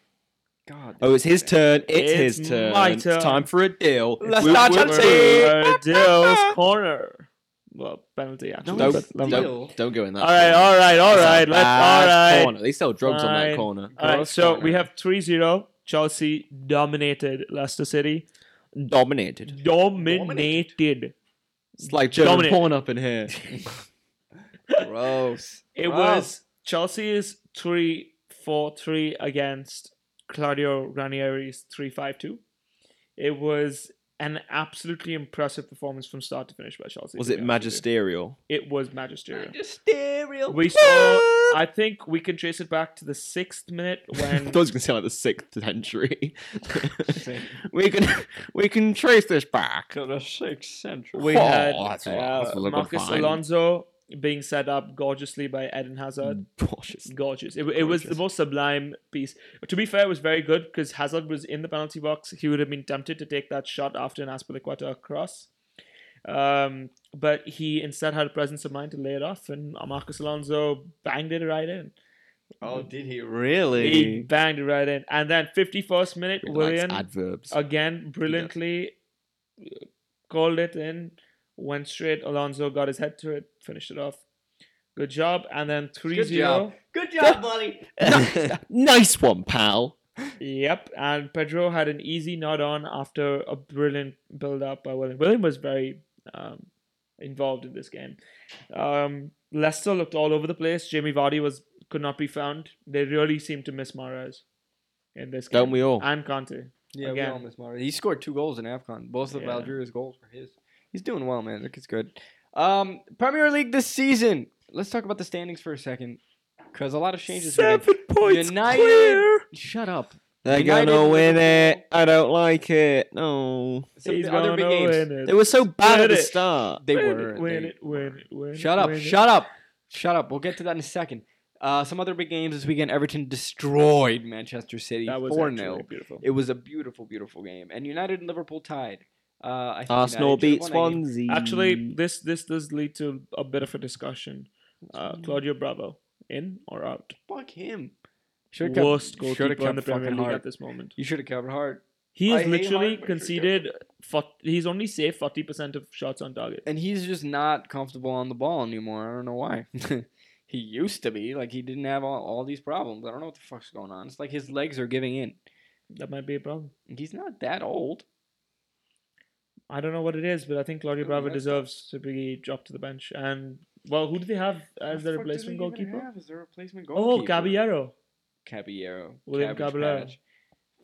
[SPEAKER 2] God.
[SPEAKER 1] Oh, it's his turn. It's,
[SPEAKER 3] It's
[SPEAKER 1] his turn.
[SPEAKER 3] my turn.
[SPEAKER 1] It's time for a deal.
[SPEAKER 2] Let's
[SPEAKER 1] Woo,
[SPEAKER 2] start
[SPEAKER 1] woo,
[SPEAKER 2] Chelsea.
[SPEAKER 1] woo.
[SPEAKER 3] We're Dill's corner. Well, penalty action.
[SPEAKER 2] Don't
[SPEAKER 3] but-
[SPEAKER 1] Don't,
[SPEAKER 2] Don't-
[SPEAKER 1] don't, don't go in that.
[SPEAKER 3] All right, all right, all right. Let's all right.
[SPEAKER 1] Corner. They sell drugs on that
[SPEAKER 3] Fine.
[SPEAKER 1] corner.
[SPEAKER 3] All right.
[SPEAKER 2] Gross
[SPEAKER 3] So
[SPEAKER 2] corner.
[SPEAKER 3] we have 3-0. Chelsea dominated Leicester City.
[SPEAKER 1] Dominated.
[SPEAKER 3] Dominated.
[SPEAKER 1] It's like German
[SPEAKER 3] Dominated.
[SPEAKER 1] porn up in here.
[SPEAKER 2] Gross.
[SPEAKER 3] It
[SPEAKER 2] Wow.
[SPEAKER 3] was Chelsea's 3-4-3 against Claudio Ranieri's 3-5-2. It was an absolutely impressive performance from start to finish by Chelsea.
[SPEAKER 1] Was
[SPEAKER 3] to
[SPEAKER 1] it
[SPEAKER 3] be honest with you.
[SPEAKER 1] magisterial?
[SPEAKER 3] It was magisterial.
[SPEAKER 2] Stereo.
[SPEAKER 3] We saw. I think we can trace it back to the sixth minute
[SPEAKER 1] I
[SPEAKER 3] when
[SPEAKER 1] thought it was gonna sound like the sixth century. we can we can trace this back.
[SPEAKER 2] the sixth century.
[SPEAKER 3] we
[SPEAKER 1] Oh,
[SPEAKER 3] had
[SPEAKER 1] that's a-
[SPEAKER 3] uh,
[SPEAKER 1] that's a look of
[SPEAKER 3] Marcus
[SPEAKER 1] fine.
[SPEAKER 3] Alonso being set up gorgeously by Eden Hazard.
[SPEAKER 1] Gorgeous.
[SPEAKER 3] gorgeous. It, it was the
[SPEAKER 1] Gorgeous.
[SPEAKER 3] most sublime piece. To be fair, it was very good because Hazard was in the penalty box. He would have been tempted to take that shot after an Aspilicueta cross. Um, but he instead had presence of mind to lay it off, and Marcus Alonso banged it right in.
[SPEAKER 2] Oh, did he?
[SPEAKER 1] Really?
[SPEAKER 3] He banged it right in. And then 51st minute,
[SPEAKER 1] He likes
[SPEAKER 3] William
[SPEAKER 1] adverbs.
[SPEAKER 3] again brilliantly uh, called it in, went straight. Alonso got his head to it, finished it off. Good job. And then 3
[SPEAKER 2] Good
[SPEAKER 3] 0.
[SPEAKER 2] job. Good job, buddy.
[SPEAKER 3] Uh,
[SPEAKER 1] nice one, pal.
[SPEAKER 3] Yep, and Pedro had an easy nod on after a brilliant build up by William. William was very um, involved in this game. Um, Leicester looked all over the place. Jamie Vardy was could not be found. They really seemed to miss Mares in this game.
[SPEAKER 1] Don't we all?
[SPEAKER 3] And Conte.
[SPEAKER 2] Yeah, we
[SPEAKER 3] Again.
[SPEAKER 2] all miss Mara. He scored two goals in AFCON. Both of
[SPEAKER 3] Yeah.
[SPEAKER 2] Algeria's goals were his. He's doing well, man. Look, it's good. Um, Premier League this season. Let's talk about the standings for a second. Because a lot of changes. Seven.
[SPEAKER 3] Seven points
[SPEAKER 2] United-
[SPEAKER 3] clear.
[SPEAKER 2] Shut up.
[SPEAKER 1] They're
[SPEAKER 2] United
[SPEAKER 1] gonna win
[SPEAKER 2] Liverpool.
[SPEAKER 1] it. I don't like it. No.
[SPEAKER 2] Some
[SPEAKER 3] He's
[SPEAKER 2] other big
[SPEAKER 3] gonna
[SPEAKER 2] games.
[SPEAKER 3] win it.
[SPEAKER 1] They were so bad at the
[SPEAKER 3] Win it.
[SPEAKER 1] start.
[SPEAKER 2] They
[SPEAKER 3] Win
[SPEAKER 2] were.
[SPEAKER 3] It, win
[SPEAKER 2] they-
[SPEAKER 3] it, win it, win
[SPEAKER 2] Shut
[SPEAKER 3] it,
[SPEAKER 2] up!
[SPEAKER 3] win it.
[SPEAKER 2] Shut up! Shut up! We'll get to that in a second. Uh, some other big games this weekend. Everton destroyed Manchester City
[SPEAKER 3] That was
[SPEAKER 2] four 0
[SPEAKER 3] actually beautiful.
[SPEAKER 2] It was a beautiful, beautiful game. And United and Liverpool tied. Uh, I think
[SPEAKER 1] Arsenal
[SPEAKER 2] United should've
[SPEAKER 1] beat
[SPEAKER 2] won that game.
[SPEAKER 1] Swansea.
[SPEAKER 3] Actually, this this does lead to a bit of a discussion. Uh,
[SPEAKER 2] Mm.
[SPEAKER 3] Claudio Bravo, in or out?
[SPEAKER 2] Fuck him. Should've kept-
[SPEAKER 3] Worst
[SPEAKER 2] should've
[SPEAKER 3] goalkeeper in
[SPEAKER 2] kept
[SPEAKER 3] the Premier
[SPEAKER 2] fucking
[SPEAKER 3] League
[SPEAKER 2] Hart.
[SPEAKER 3] at this moment.
[SPEAKER 2] You should have covered hard.
[SPEAKER 3] He
[SPEAKER 2] I
[SPEAKER 3] has
[SPEAKER 2] hate
[SPEAKER 3] literally
[SPEAKER 2] Hart, but he should've
[SPEAKER 3] conceded. fort- He's only saved forty percent of shots on target.
[SPEAKER 2] and he's just not comfortable on the ball anymore. I don't know why. he used to be like he didn't have all, all these problems. I don't know what the fuck's going on. It's like his legs are giving in.
[SPEAKER 3] That might be a problem.
[SPEAKER 2] He's not that old.
[SPEAKER 3] I don't know what it is, but I think Claudio
[SPEAKER 2] Ooh,
[SPEAKER 3] Bravo
[SPEAKER 2] that's-
[SPEAKER 3] deserves to be dropped to the bench. And well, who do they have as
[SPEAKER 2] What
[SPEAKER 3] their
[SPEAKER 2] fuck do they
[SPEAKER 3] replacement
[SPEAKER 2] even
[SPEAKER 3] goalkeeper?
[SPEAKER 2] have as their replacement
[SPEAKER 3] Oh,
[SPEAKER 2] goalkeeper?
[SPEAKER 3] Caballero.
[SPEAKER 2] Caballero.
[SPEAKER 3] William
[SPEAKER 2] Cabbage
[SPEAKER 3] Caballero.
[SPEAKER 2] patch.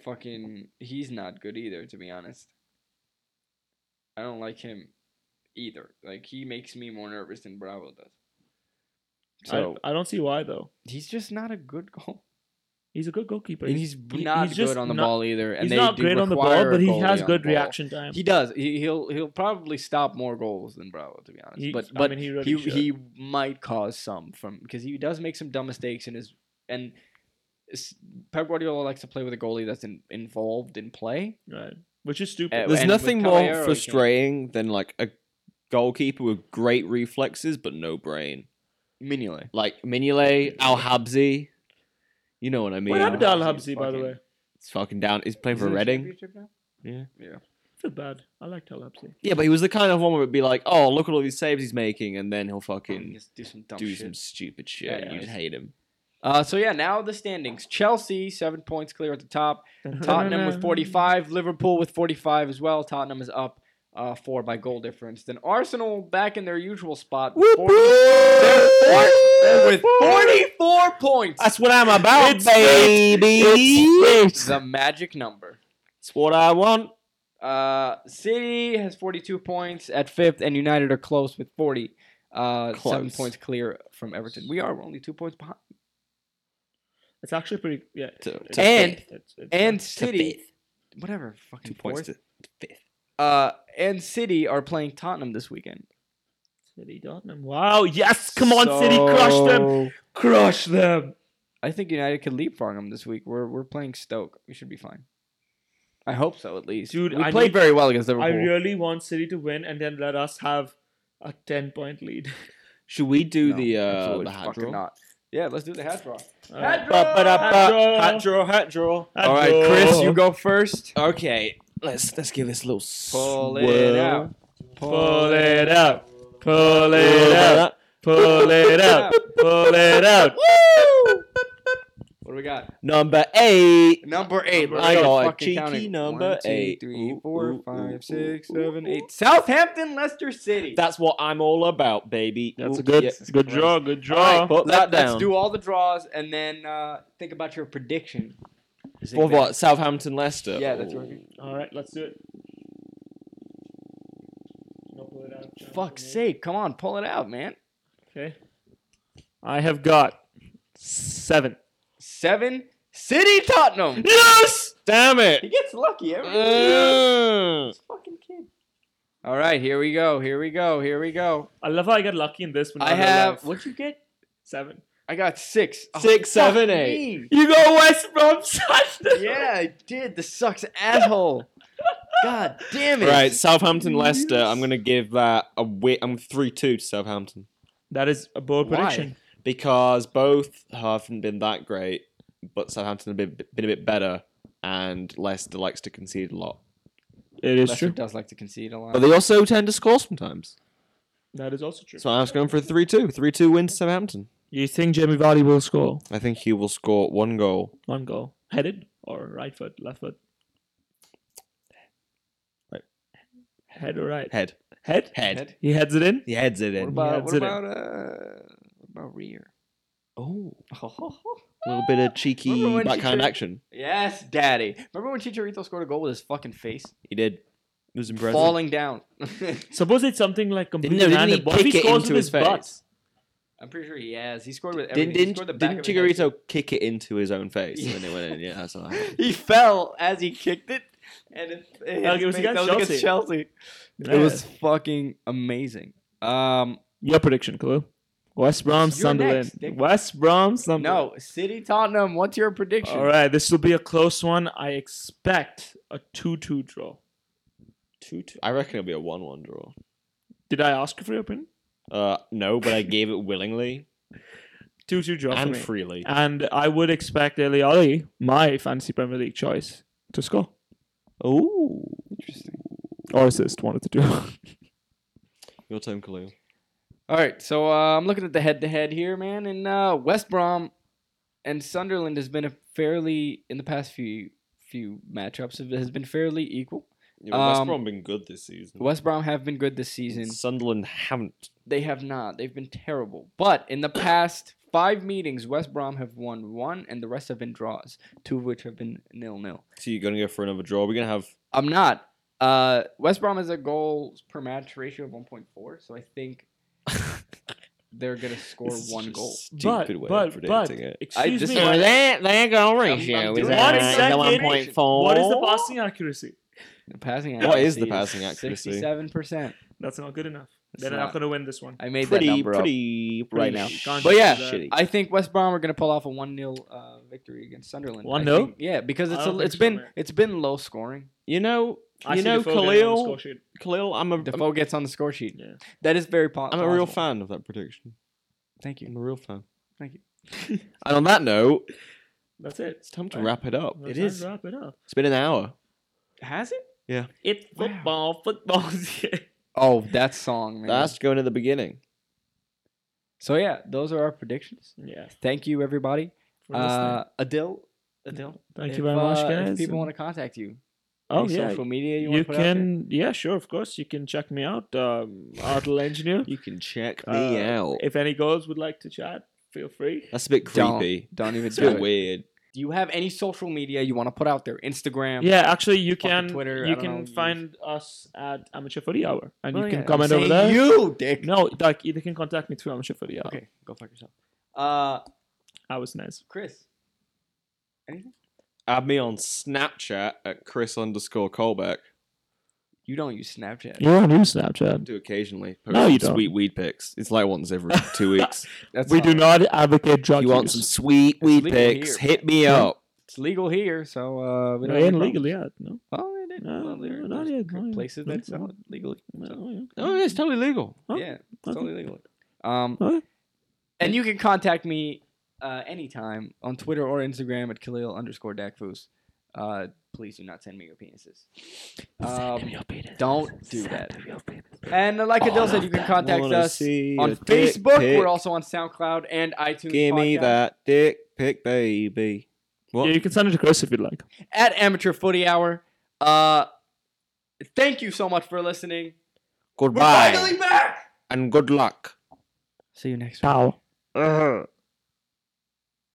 [SPEAKER 2] Fucking, he's not good either. To be honest, I don't like him either. Like he makes me more nervous than Bravo does. So
[SPEAKER 3] I, I don't see why though.
[SPEAKER 2] he's just not a good goal.
[SPEAKER 3] He's a good goalkeeper.
[SPEAKER 2] and he's
[SPEAKER 3] he-
[SPEAKER 2] not
[SPEAKER 3] he's
[SPEAKER 2] good
[SPEAKER 3] just
[SPEAKER 2] on the
[SPEAKER 3] not-
[SPEAKER 2] ball either. And
[SPEAKER 3] he's
[SPEAKER 2] they
[SPEAKER 3] not
[SPEAKER 2] do
[SPEAKER 3] great on the ball,
[SPEAKER 2] require a
[SPEAKER 3] but he
[SPEAKER 2] goalie
[SPEAKER 3] has
[SPEAKER 2] on the
[SPEAKER 3] good
[SPEAKER 2] ball.
[SPEAKER 3] reaction time.
[SPEAKER 2] He does. He, he'll he'll probably stop more goals than Bravo, to be honest.
[SPEAKER 3] He-
[SPEAKER 2] but
[SPEAKER 3] I
[SPEAKER 2] but
[SPEAKER 3] mean, he
[SPEAKER 2] he
[SPEAKER 3] really
[SPEAKER 2] he,
[SPEAKER 3] should.
[SPEAKER 2] might cause some from because he does make some dumb mistakes in his and s- Pep Guardiola likes to play with a goalie that's in, involved in play.
[SPEAKER 3] right. Which is stupid.
[SPEAKER 2] Uh,
[SPEAKER 1] There's
[SPEAKER 2] and with
[SPEAKER 1] nothing more
[SPEAKER 2] Caballero, he can't.
[SPEAKER 1] frustrating than like a goalkeeper with great reflexes but no brain.
[SPEAKER 2] Mignolet.
[SPEAKER 1] Like Mignolet, Al Habzi. You know what I mean?
[SPEAKER 3] what happened to
[SPEAKER 2] Al
[SPEAKER 3] Al
[SPEAKER 2] Habsi,
[SPEAKER 3] Habsi, by the
[SPEAKER 2] fucking-
[SPEAKER 3] way?
[SPEAKER 1] It's fucking down. He's playing for
[SPEAKER 2] Isn't he
[SPEAKER 1] Reading.
[SPEAKER 2] championship now?
[SPEAKER 1] Yeah.
[SPEAKER 2] Yeah.
[SPEAKER 3] I feel bad. I liked Al Habsi.
[SPEAKER 1] Yeah, but he was the kind of one where it'd be like, oh, look at all these saves he's making, and then he'll
[SPEAKER 3] Hmm.
[SPEAKER 1] fucking
[SPEAKER 2] Just do some dumb
[SPEAKER 1] do
[SPEAKER 2] shit.
[SPEAKER 1] some stupid shit.
[SPEAKER 2] Yeah,
[SPEAKER 1] and
[SPEAKER 2] yeah.
[SPEAKER 1] you just hate him.
[SPEAKER 2] Uh, so yeah, now the standings: Chelsea seven points clear at the top. Tottenham with 45, Liverpool with 45 as well. Tottenham is up uh, four by goal difference. Then Arsenal back in their usual spot. 40 they're fourth with 44 points.
[SPEAKER 1] That's what I'm about,
[SPEAKER 3] It's
[SPEAKER 1] baby.
[SPEAKER 2] the magic number.
[SPEAKER 1] It's what I want.
[SPEAKER 2] Uh, City has 42 points at fifth, and United are close with 40. Uh, Seven
[SPEAKER 1] Close.
[SPEAKER 2] points clear from Everton. We are we're only two points behind.
[SPEAKER 3] It's actually pretty. Yeah.
[SPEAKER 1] To-
[SPEAKER 3] it's-
[SPEAKER 1] to
[SPEAKER 2] And-
[SPEAKER 3] it's- it's- it's-
[SPEAKER 2] And
[SPEAKER 1] To
[SPEAKER 2] City,
[SPEAKER 1] fifth.
[SPEAKER 2] whatever, fucking
[SPEAKER 1] Two points
[SPEAKER 2] points.
[SPEAKER 1] to fifth.
[SPEAKER 2] Uh, and City are playing Tottenham this weekend.
[SPEAKER 3] City Tottenham. Wow. Yes. Come on, City. Crush them.
[SPEAKER 2] So-
[SPEAKER 3] Crush them.
[SPEAKER 2] I think United could leapfrog them this week. We're we're playing Stoke. We should be fine. I hope so, at least.
[SPEAKER 3] Dude,
[SPEAKER 2] we
[SPEAKER 3] I
[SPEAKER 2] played
[SPEAKER 3] need-
[SPEAKER 2] very well against Liverpool.
[SPEAKER 3] I really want City to win and then let us have a 10 point lead.
[SPEAKER 1] Should we do
[SPEAKER 2] No,
[SPEAKER 1] the uh,
[SPEAKER 2] absolutely
[SPEAKER 1] the hat
[SPEAKER 2] fucking
[SPEAKER 1] draw?
[SPEAKER 2] not. Yeah, let's do the hat draw.
[SPEAKER 3] Uh,
[SPEAKER 2] Hat draw!
[SPEAKER 1] Ba-ba-da-ba.
[SPEAKER 3] Hat
[SPEAKER 1] Hat draw, hat draw.
[SPEAKER 3] Hat
[SPEAKER 2] All right,
[SPEAKER 3] draw.
[SPEAKER 1] Oh.
[SPEAKER 2] Chris, you go first.
[SPEAKER 1] Okay, let's let's give this a little swirl.
[SPEAKER 2] Pull it out.
[SPEAKER 3] Pull it out. Pull it out. Pull it out. Pull it out.
[SPEAKER 2] What do we got?
[SPEAKER 1] Number eight.
[SPEAKER 2] Number eight.
[SPEAKER 1] I
[SPEAKER 2] go.
[SPEAKER 1] got a
[SPEAKER 2] Fucking
[SPEAKER 1] cheeky
[SPEAKER 2] counting.
[SPEAKER 1] number
[SPEAKER 2] One, two,
[SPEAKER 1] eight.
[SPEAKER 2] three,
[SPEAKER 1] Ooh,
[SPEAKER 2] four,
[SPEAKER 1] ooh,
[SPEAKER 2] five,
[SPEAKER 1] ooh,
[SPEAKER 2] six,
[SPEAKER 1] ooh,
[SPEAKER 2] seven,
[SPEAKER 1] ooh,
[SPEAKER 2] eight.
[SPEAKER 1] ooh.
[SPEAKER 2] Southampton, Leicester City.
[SPEAKER 1] That's what I'm all about, baby.
[SPEAKER 3] That's
[SPEAKER 1] Ooh,
[SPEAKER 3] a good,
[SPEAKER 1] yeah.
[SPEAKER 3] good draw. Good
[SPEAKER 2] All right,
[SPEAKER 3] draw.
[SPEAKER 1] Put that
[SPEAKER 2] Let,
[SPEAKER 1] down.
[SPEAKER 2] us do all the draws and then uh, think about your prediction.
[SPEAKER 1] For what? Southampton, Leicester.
[SPEAKER 2] Yeah, that's
[SPEAKER 1] Ooh.
[SPEAKER 2] right.
[SPEAKER 3] All right, let's do it. No, pull it out.
[SPEAKER 2] Fuck's sake! Come on, pull it out, man.
[SPEAKER 3] Okay. I have got seven.
[SPEAKER 2] Seven City Tottenham.
[SPEAKER 1] Yes! Damn
[SPEAKER 2] He
[SPEAKER 1] it!
[SPEAKER 2] gets lucky every
[SPEAKER 1] Mm.
[SPEAKER 2] This fucking kid. All right, here we go. Here we go. Here we go.
[SPEAKER 3] I love how I got lucky in this. But not
[SPEAKER 2] I
[SPEAKER 3] in real
[SPEAKER 2] have.
[SPEAKER 3] life.
[SPEAKER 2] What'd you get?
[SPEAKER 3] seven.
[SPEAKER 2] I got six. Oh,
[SPEAKER 1] Six,
[SPEAKER 2] fuck
[SPEAKER 1] seven, eight.
[SPEAKER 2] me.
[SPEAKER 3] You go West Brom Sunderland.
[SPEAKER 2] Yeah, I did. This sucks, asshole. God damn it.
[SPEAKER 1] Right, Southampton, Leicester. I'm gonna give that a win. I'm three two to Southampton
[SPEAKER 3] That is a bold
[SPEAKER 2] Why?
[SPEAKER 3] prediction.
[SPEAKER 1] because both haven't been that great, but Southampton have been, been a bit better, and Leicester likes to concede a lot.
[SPEAKER 3] It is
[SPEAKER 2] Leicester does like to concede a lot.
[SPEAKER 1] But they also tend to score sometimes.
[SPEAKER 3] That is also true.
[SPEAKER 1] So I was going for a three two. Three two win to Southampton.
[SPEAKER 3] You think Jamie Vardy will score
[SPEAKER 1] I think he will score one goal.
[SPEAKER 3] one goal, headed or right foot, left foot?
[SPEAKER 1] Right.
[SPEAKER 3] Head or right?
[SPEAKER 1] Head.
[SPEAKER 3] Head.
[SPEAKER 1] Head.
[SPEAKER 3] He heads it in.
[SPEAKER 1] He heads it
[SPEAKER 2] What
[SPEAKER 1] in.
[SPEAKER 2] about, what
[SPEAKER 3] did it.
[SPEAKER 2] about, uh, what about rear?
[SPEAKER 1] Oh,
[SPEAKER 2] Oh,
[SPEAKER 1] a little bit of cheeky
[SPEAKER 2] Remember when
[SPEAKER 1] backhand
[SPEAKER 2] Chicharito-
[SPEAKER 1] action.
[SPEAKER 2] yes, daddy. Remember when Chicharito scored a goal with his fucking face?
[SPEAKER 1] He did. It was impressive.
[SPEAKER 2] Falling down.
[SPEAKER 3] Suppose it's something like completely
[SPEAKER 1] no, didn't he
[SPEAKER 3] random. What if
[SPEAKER 1] kick
[SPEAKER 3] he
[SPEAKER 1] it
[SPEAKER 3] scores
[SPEAKER 1] into
[SPEAKER 3] with
[SPEAKER 1] his
[SPEAKER 3] his butt?
[SPEAKER 1] face?
[SPEAKER 2] I'm pretty sure he has. He scored with
[SPEAKER 1] Didn't
[SPEAKER 2] everything. he
[SPEAKER 1] didn't,
[SPEAKER 2] scored the back
[SPEAKER 1] didn't
[SPEAKER 2] of his head.
[SPEAKER 1] Chicharito kick it into his own face
[SPEAKER 2] Yeah.
[SPEAKER 1] when it went in? Yeah, that's what happened.
[SPEAKER 2] He fell as he kicked it, and it, it, hit
[SPEAKER 3] Oh,
[SPEAKER 2] his
[SPEAKER 3] it was
[SPEAKER 2] face.
[SPEAKER 3] against
[SPEAKER 2] That was against Chelsea.
[SPEAKER 3] Yeah.
[SPEAKER 2] It was fucking amazing. Um,
[SPEAKER 3] Your prediction, Clue. West Brom,
[SPEAKER 2] You're
[SPEAKER 3] Sunderland.
[SPEAKER 2] next, Dick.
[SPEAKER 3] West Brom, Sunderland.
[SPEAKER 2] no, City Tottenham. What's your prediction?
[SPEAKER 3] All right, this will be a close one. I expect a 2 2 draw.
[SPEAKER 1] Two, two. I reckon it'll be a one-one draw.
[SPEAKER 3] Did I ask you for your opinion?
[SPEAKER 1] Uh, no, but I gave it willingly
[SPEAKER 3] 2 2 draw. for
[SPEAKER 1] and
[SPEAKER 3] me.
[SPEAKER 1] freely.
[SPEAKER 3] And I would expect Eli Ali, my fantasy Premier League choice, to score.
[SPEAKER 1] Ooh,
[SPEAKER 5] Interesting.
[SPEAKER 3] Or assist, one of the two.
[SPEAKER 1] your turn, Kalu.
[SPEAKER 2] All right, so uh, I'm looking at the head-to-head here, man, and uh, West Brom and Sunderland has been a fairly in the past few few matchups it has been fairly equal.
[SPEAKER 1] Yeah, but West
[SPEAKER 2] Um,
[SPEAKER 1] Brom been good this season.
[SPEAKER 2] West Brom have been good this season.
[SPEAKER 1] Sunderland haven't.
[SPEAKER 2] They have not. They've been terrible. But in the past five meetings, West Brom have won one, and the rest have been draws, two of which have been nil-nil.
[SPEAKER 1] So you're gonna go for another draw. We're gonna have
[SPEAKER 2] I'm not. Uh, West Brom has a goals per match ratio of 1.4, so I think they're gonna score
[SPEAKER 1] this is
[SPEAKER 2] one
[SPEAKER 1] just
[SPEAKER 2] goal.
[SPEAKER 1] Stupid way of predicting it.
[SPEAKER 2] I
[SPEAKER 3] excuse
[SPEAKER 2] just-
[SPEAKER 3] me.
[SPEAKER 2] Well,
[SPEAKER 1] that that goal
[SPEAKER 2] ratio is
[SPEAKER 3] at the
[SPEAKER 1] 1.4.
[SPEAKER 3] What is
[SPEAKER 2] Oh.
[SPEAKER 3] the passing accuracy?
[SPEAKER 2] The passing
[SPEAKER 1] What is the passing accuracy?
[SPEAKER 2] Sixty-seven percent.
[SPEAKER 3] That's not good enough.
[SPEAKER 2] It's
[SPEAKER 3] They're not,
[SPEAKER 2] not.
[SPEAKER 3] going to win this one.
[SPEAKER 2] I made that
[SPEAKER 1] Pretty,
[SPEAKER 2] number up.
[SPEAKER 1] pretty,
[SPEAKER 2] right now.
[SPEAKER 3] Shitty.
[SPEAKER 2] But yeah,
[SPEAKER 3] Shitty.
[SPEAKER 2] I think West Brom are going to pull off a one 0 uh, victory against Sunderland. I
[SPEAKER 3] 1-0?
[SPEAKER 2] think- Yeah, because
[SPEAKER 3] I
[SPEAKER 2] it's
[SPEAKER 3] don't
[SPEAKER 2] a,
[SPEAKER 3] think
[SPEAKER 2] it's
[SPEAKER 3] so,
[SPEAKER 2] been
[SPEAKER 3] man.
[SPEAKER 2] it's been low scoring.
[SPEAKER 1] You know,
[SPEAKER 3] I
[SPEAKER 1] you
[SPEAKER 3] see
[SPEAKER 1] know,
[SPEAKER 3] Defoe getting on the
[SPEAKER 1] Khalil.
[SPEAKER 3] score sheet.
[SPEAKER 1] Khalil, I'm a, I'm,
[SPEAKER 2] Defoe gets on the score sheet.
[SPEAKER 3] Yeah.
[SPEAKER 2] That is very po-
[SPEAKER 1] I'm
[SPEAKER 2] possible.
[SPEAKER 1] a real fan of that prediction.
[SPEAKER 2] Thank you.
[SPEAKER 1] I'm a real fan.
[SPEAKER 2] Thank you.
[SPEAKER 1] And on that note,
[SPEAKER 3] That's it.
[SPEAKER 1] it's time to
[SPEAKER 3] Right.
[SPEAKER 1] wrap it up.
[SPEAKER 3] Let's
[SPEAKER 1] It is.
[SPEAKER 3] Wrap it up.
[SPEAKER 1] It's been an hour.
[SPEAKER 2] Has it?
[SPEAKER 3] It's
[SPEAKER 2] Wow.
[SPEAKER 3] football. Football.
[SPEAKER 2] Oh, that song, man.
[SPEAKER 1] That's going to the beginning.
[SPEAKER 2] So yeah, those are our predictions.
[SPEAKER 3] yeah.
[SPEAKER 2] Thank you, everybody.
[SPEAKER 3] for
[SPEAKER 2] Uh, Adil,
[SPEAKER 3] listening.
[SPEAKER 2] Adil.
[SPEAKER 3] Thank
[SPEAKER 2] if,
[SPEAKER 3] you very much,
[SPEAKER 2] uh,
[SPEAKER 3] guys.
[SPEAKER 2] If people want to contact you,
[SPEAKER 3] oh
[SPEAKER 2] any
[SPEAKER 3] yeah,
[SPEAKER 2] social media you,
[SPEAKER 3] you,
[SPEAKER 2] want to put out there?
[SPEAKER 3] can. Yeah, sure. Of course, you can check me out. Um, Artle Engineer.
[SPEAKER 1] You can check
[SPEAKER 3] Uh,
[SPEAKER 1] me out.
[SPEAKER 3] If any goals would like to chat, feel free.
[SPEAKER 1] That's a bit
[SPEAKER 2] Don't.
[SPEAKER 1] creepy.
[SPEAKER 2] Don't even
[SPEAKER 1] It's a
[SPEAKER 2] do
[SPEAKER 1] bit
[SPEAKER 2] it.
[SPEAKER 1] weird.
[SPEAKER 2] Do you have any social media you want to put out there? Instagram.
[SPEAKER 3] Yeah, actually, you
[SPEAKER 2] Fucking
[SPEAKER 3] can.
[SPEAKER 2] Twitter, I
[SPEAKER 3] you
[SPEAKER 2] don't know,
[SPEAKER 3] can
[SPEAKER 2] use-
[SPEAKER 3] find us at Amateur Footy Hour, and
[SPEAKER 2] Well,
[SPEAKER 3] you can
[SPEAKER 2] yeah,
[SPEAKER 3] comment
[SPEAKER 2] I'm
[SPEAKER 3] over
[SPEAKER 2] saying
[SPEAKER 3] there.
[SPEAKER 2] You dick.
[SPEAKER 3] No, like you can contact me through Amateur Footy Hour.
[SPEAKER 2] Okay, go fuck yourself. Uh,
[SPEAKER 3] I was nice.
[SPEAKER 2] Chris.
[SPEAKER 1] Add me on Snapchat at Chris underscore Colbeck.
[SPEAKER 2] You don't use Snapchat.
[SPEAKER 3] You're on your
[SPEAKER 1] I
[SPEAKER 3] Snapchat.
[SPEAKER 1] do occasionally post
[SPEAKER 3] No, you
[SPEAKER 1] some sweet weed pics. It's like once every two weeks.
[SPEAKER 2] That's
[SPEAKER 3] We do
[SPEAKER 2] fine.
[SPEAKER 3] not advocate drug
[SPEAKER 1] you want some
[SPEAKER 3] use.
[SPEAKER 1] sweet weed
[SPEAKER 2] legal
[SPEAKER 1] pics?
[SPEAKER 2] here.
[SPEAKER 1] Hit me
[SPEAKER 3] Yeah.
[SPEAKER 1] up.
[SPEAKER 2] It's legal here, so uh, we
[SPEAKER 3] It
[SPEAKER 2] don't. have
[SPEAKER 3] ain't
[SPEAKER 2] any
[SPEAKER 3] legal
[SPEAKER 2] problems.
[SPEAKER 3] yet. No.
[SPEAKER 2] Well, it is.
[SPEAKER 3] No,
[SPEAKER 2] well, there,
[SPEAKER 3] no,
[SPEAKER 2] there's
[SPEAKER 3] not yet,
[SPEAKER 2] good
[SPEAKER 3] not yet.
[SPEAKER 2] places that
[SPEAKER 3] Not
[SPEAKER 2] sell
[SPEAKER 3] yet.
[SPEAKER 2] it legally. So,
[SPEAKER 3] No, yeah.
[SPEAKER 1] Oh, yeah, it's totally legal.
[SPEAKER 3] Oh,
[SPEAKER 2] yeah, it's
[SPEAKER 3] okay.
[SPEAKER 2] totally legal. Um,
[SPEAKER 3] Alright.
[SPEAKER 2] and you can contact me uh, anytime on Twitter or Instagram at Khalil underscore Dakfus. Uh, please do not send me your penises. Um, don't do that. And uh, like Adele said, you can contact
[SPEAKER 1] Oh, Wanna
[SPEAKER 2] us
[SPEAKER 1] see
[SPEAKER 2] on
[SPEAKER 1] a dick
[SPEAKER 2] Facebook.
[SPEAKER 1] pic?
[SPEAKER 2] We're also on SoundCloud and iTunes.
[SPEAKER 1] Give me
[SPEAKER 2] podcast.
[SPEAKER 1] that dick pic, baby. What?
[SPEAKER 3] Yeah, you can send it to Chris if you'd like.
[SPEAKER 2] at Amateur Footy Hour. Uh, thank you so much for listening.
[SPEAKER 1] Goodbye
[SPEAKER 2] Finally back.
[SPEAKER 1] and good luck.
[SPEAKER 2] See you next
[SPEAKER 3] Ciao.
[SPEAKER 1] Uh-huh.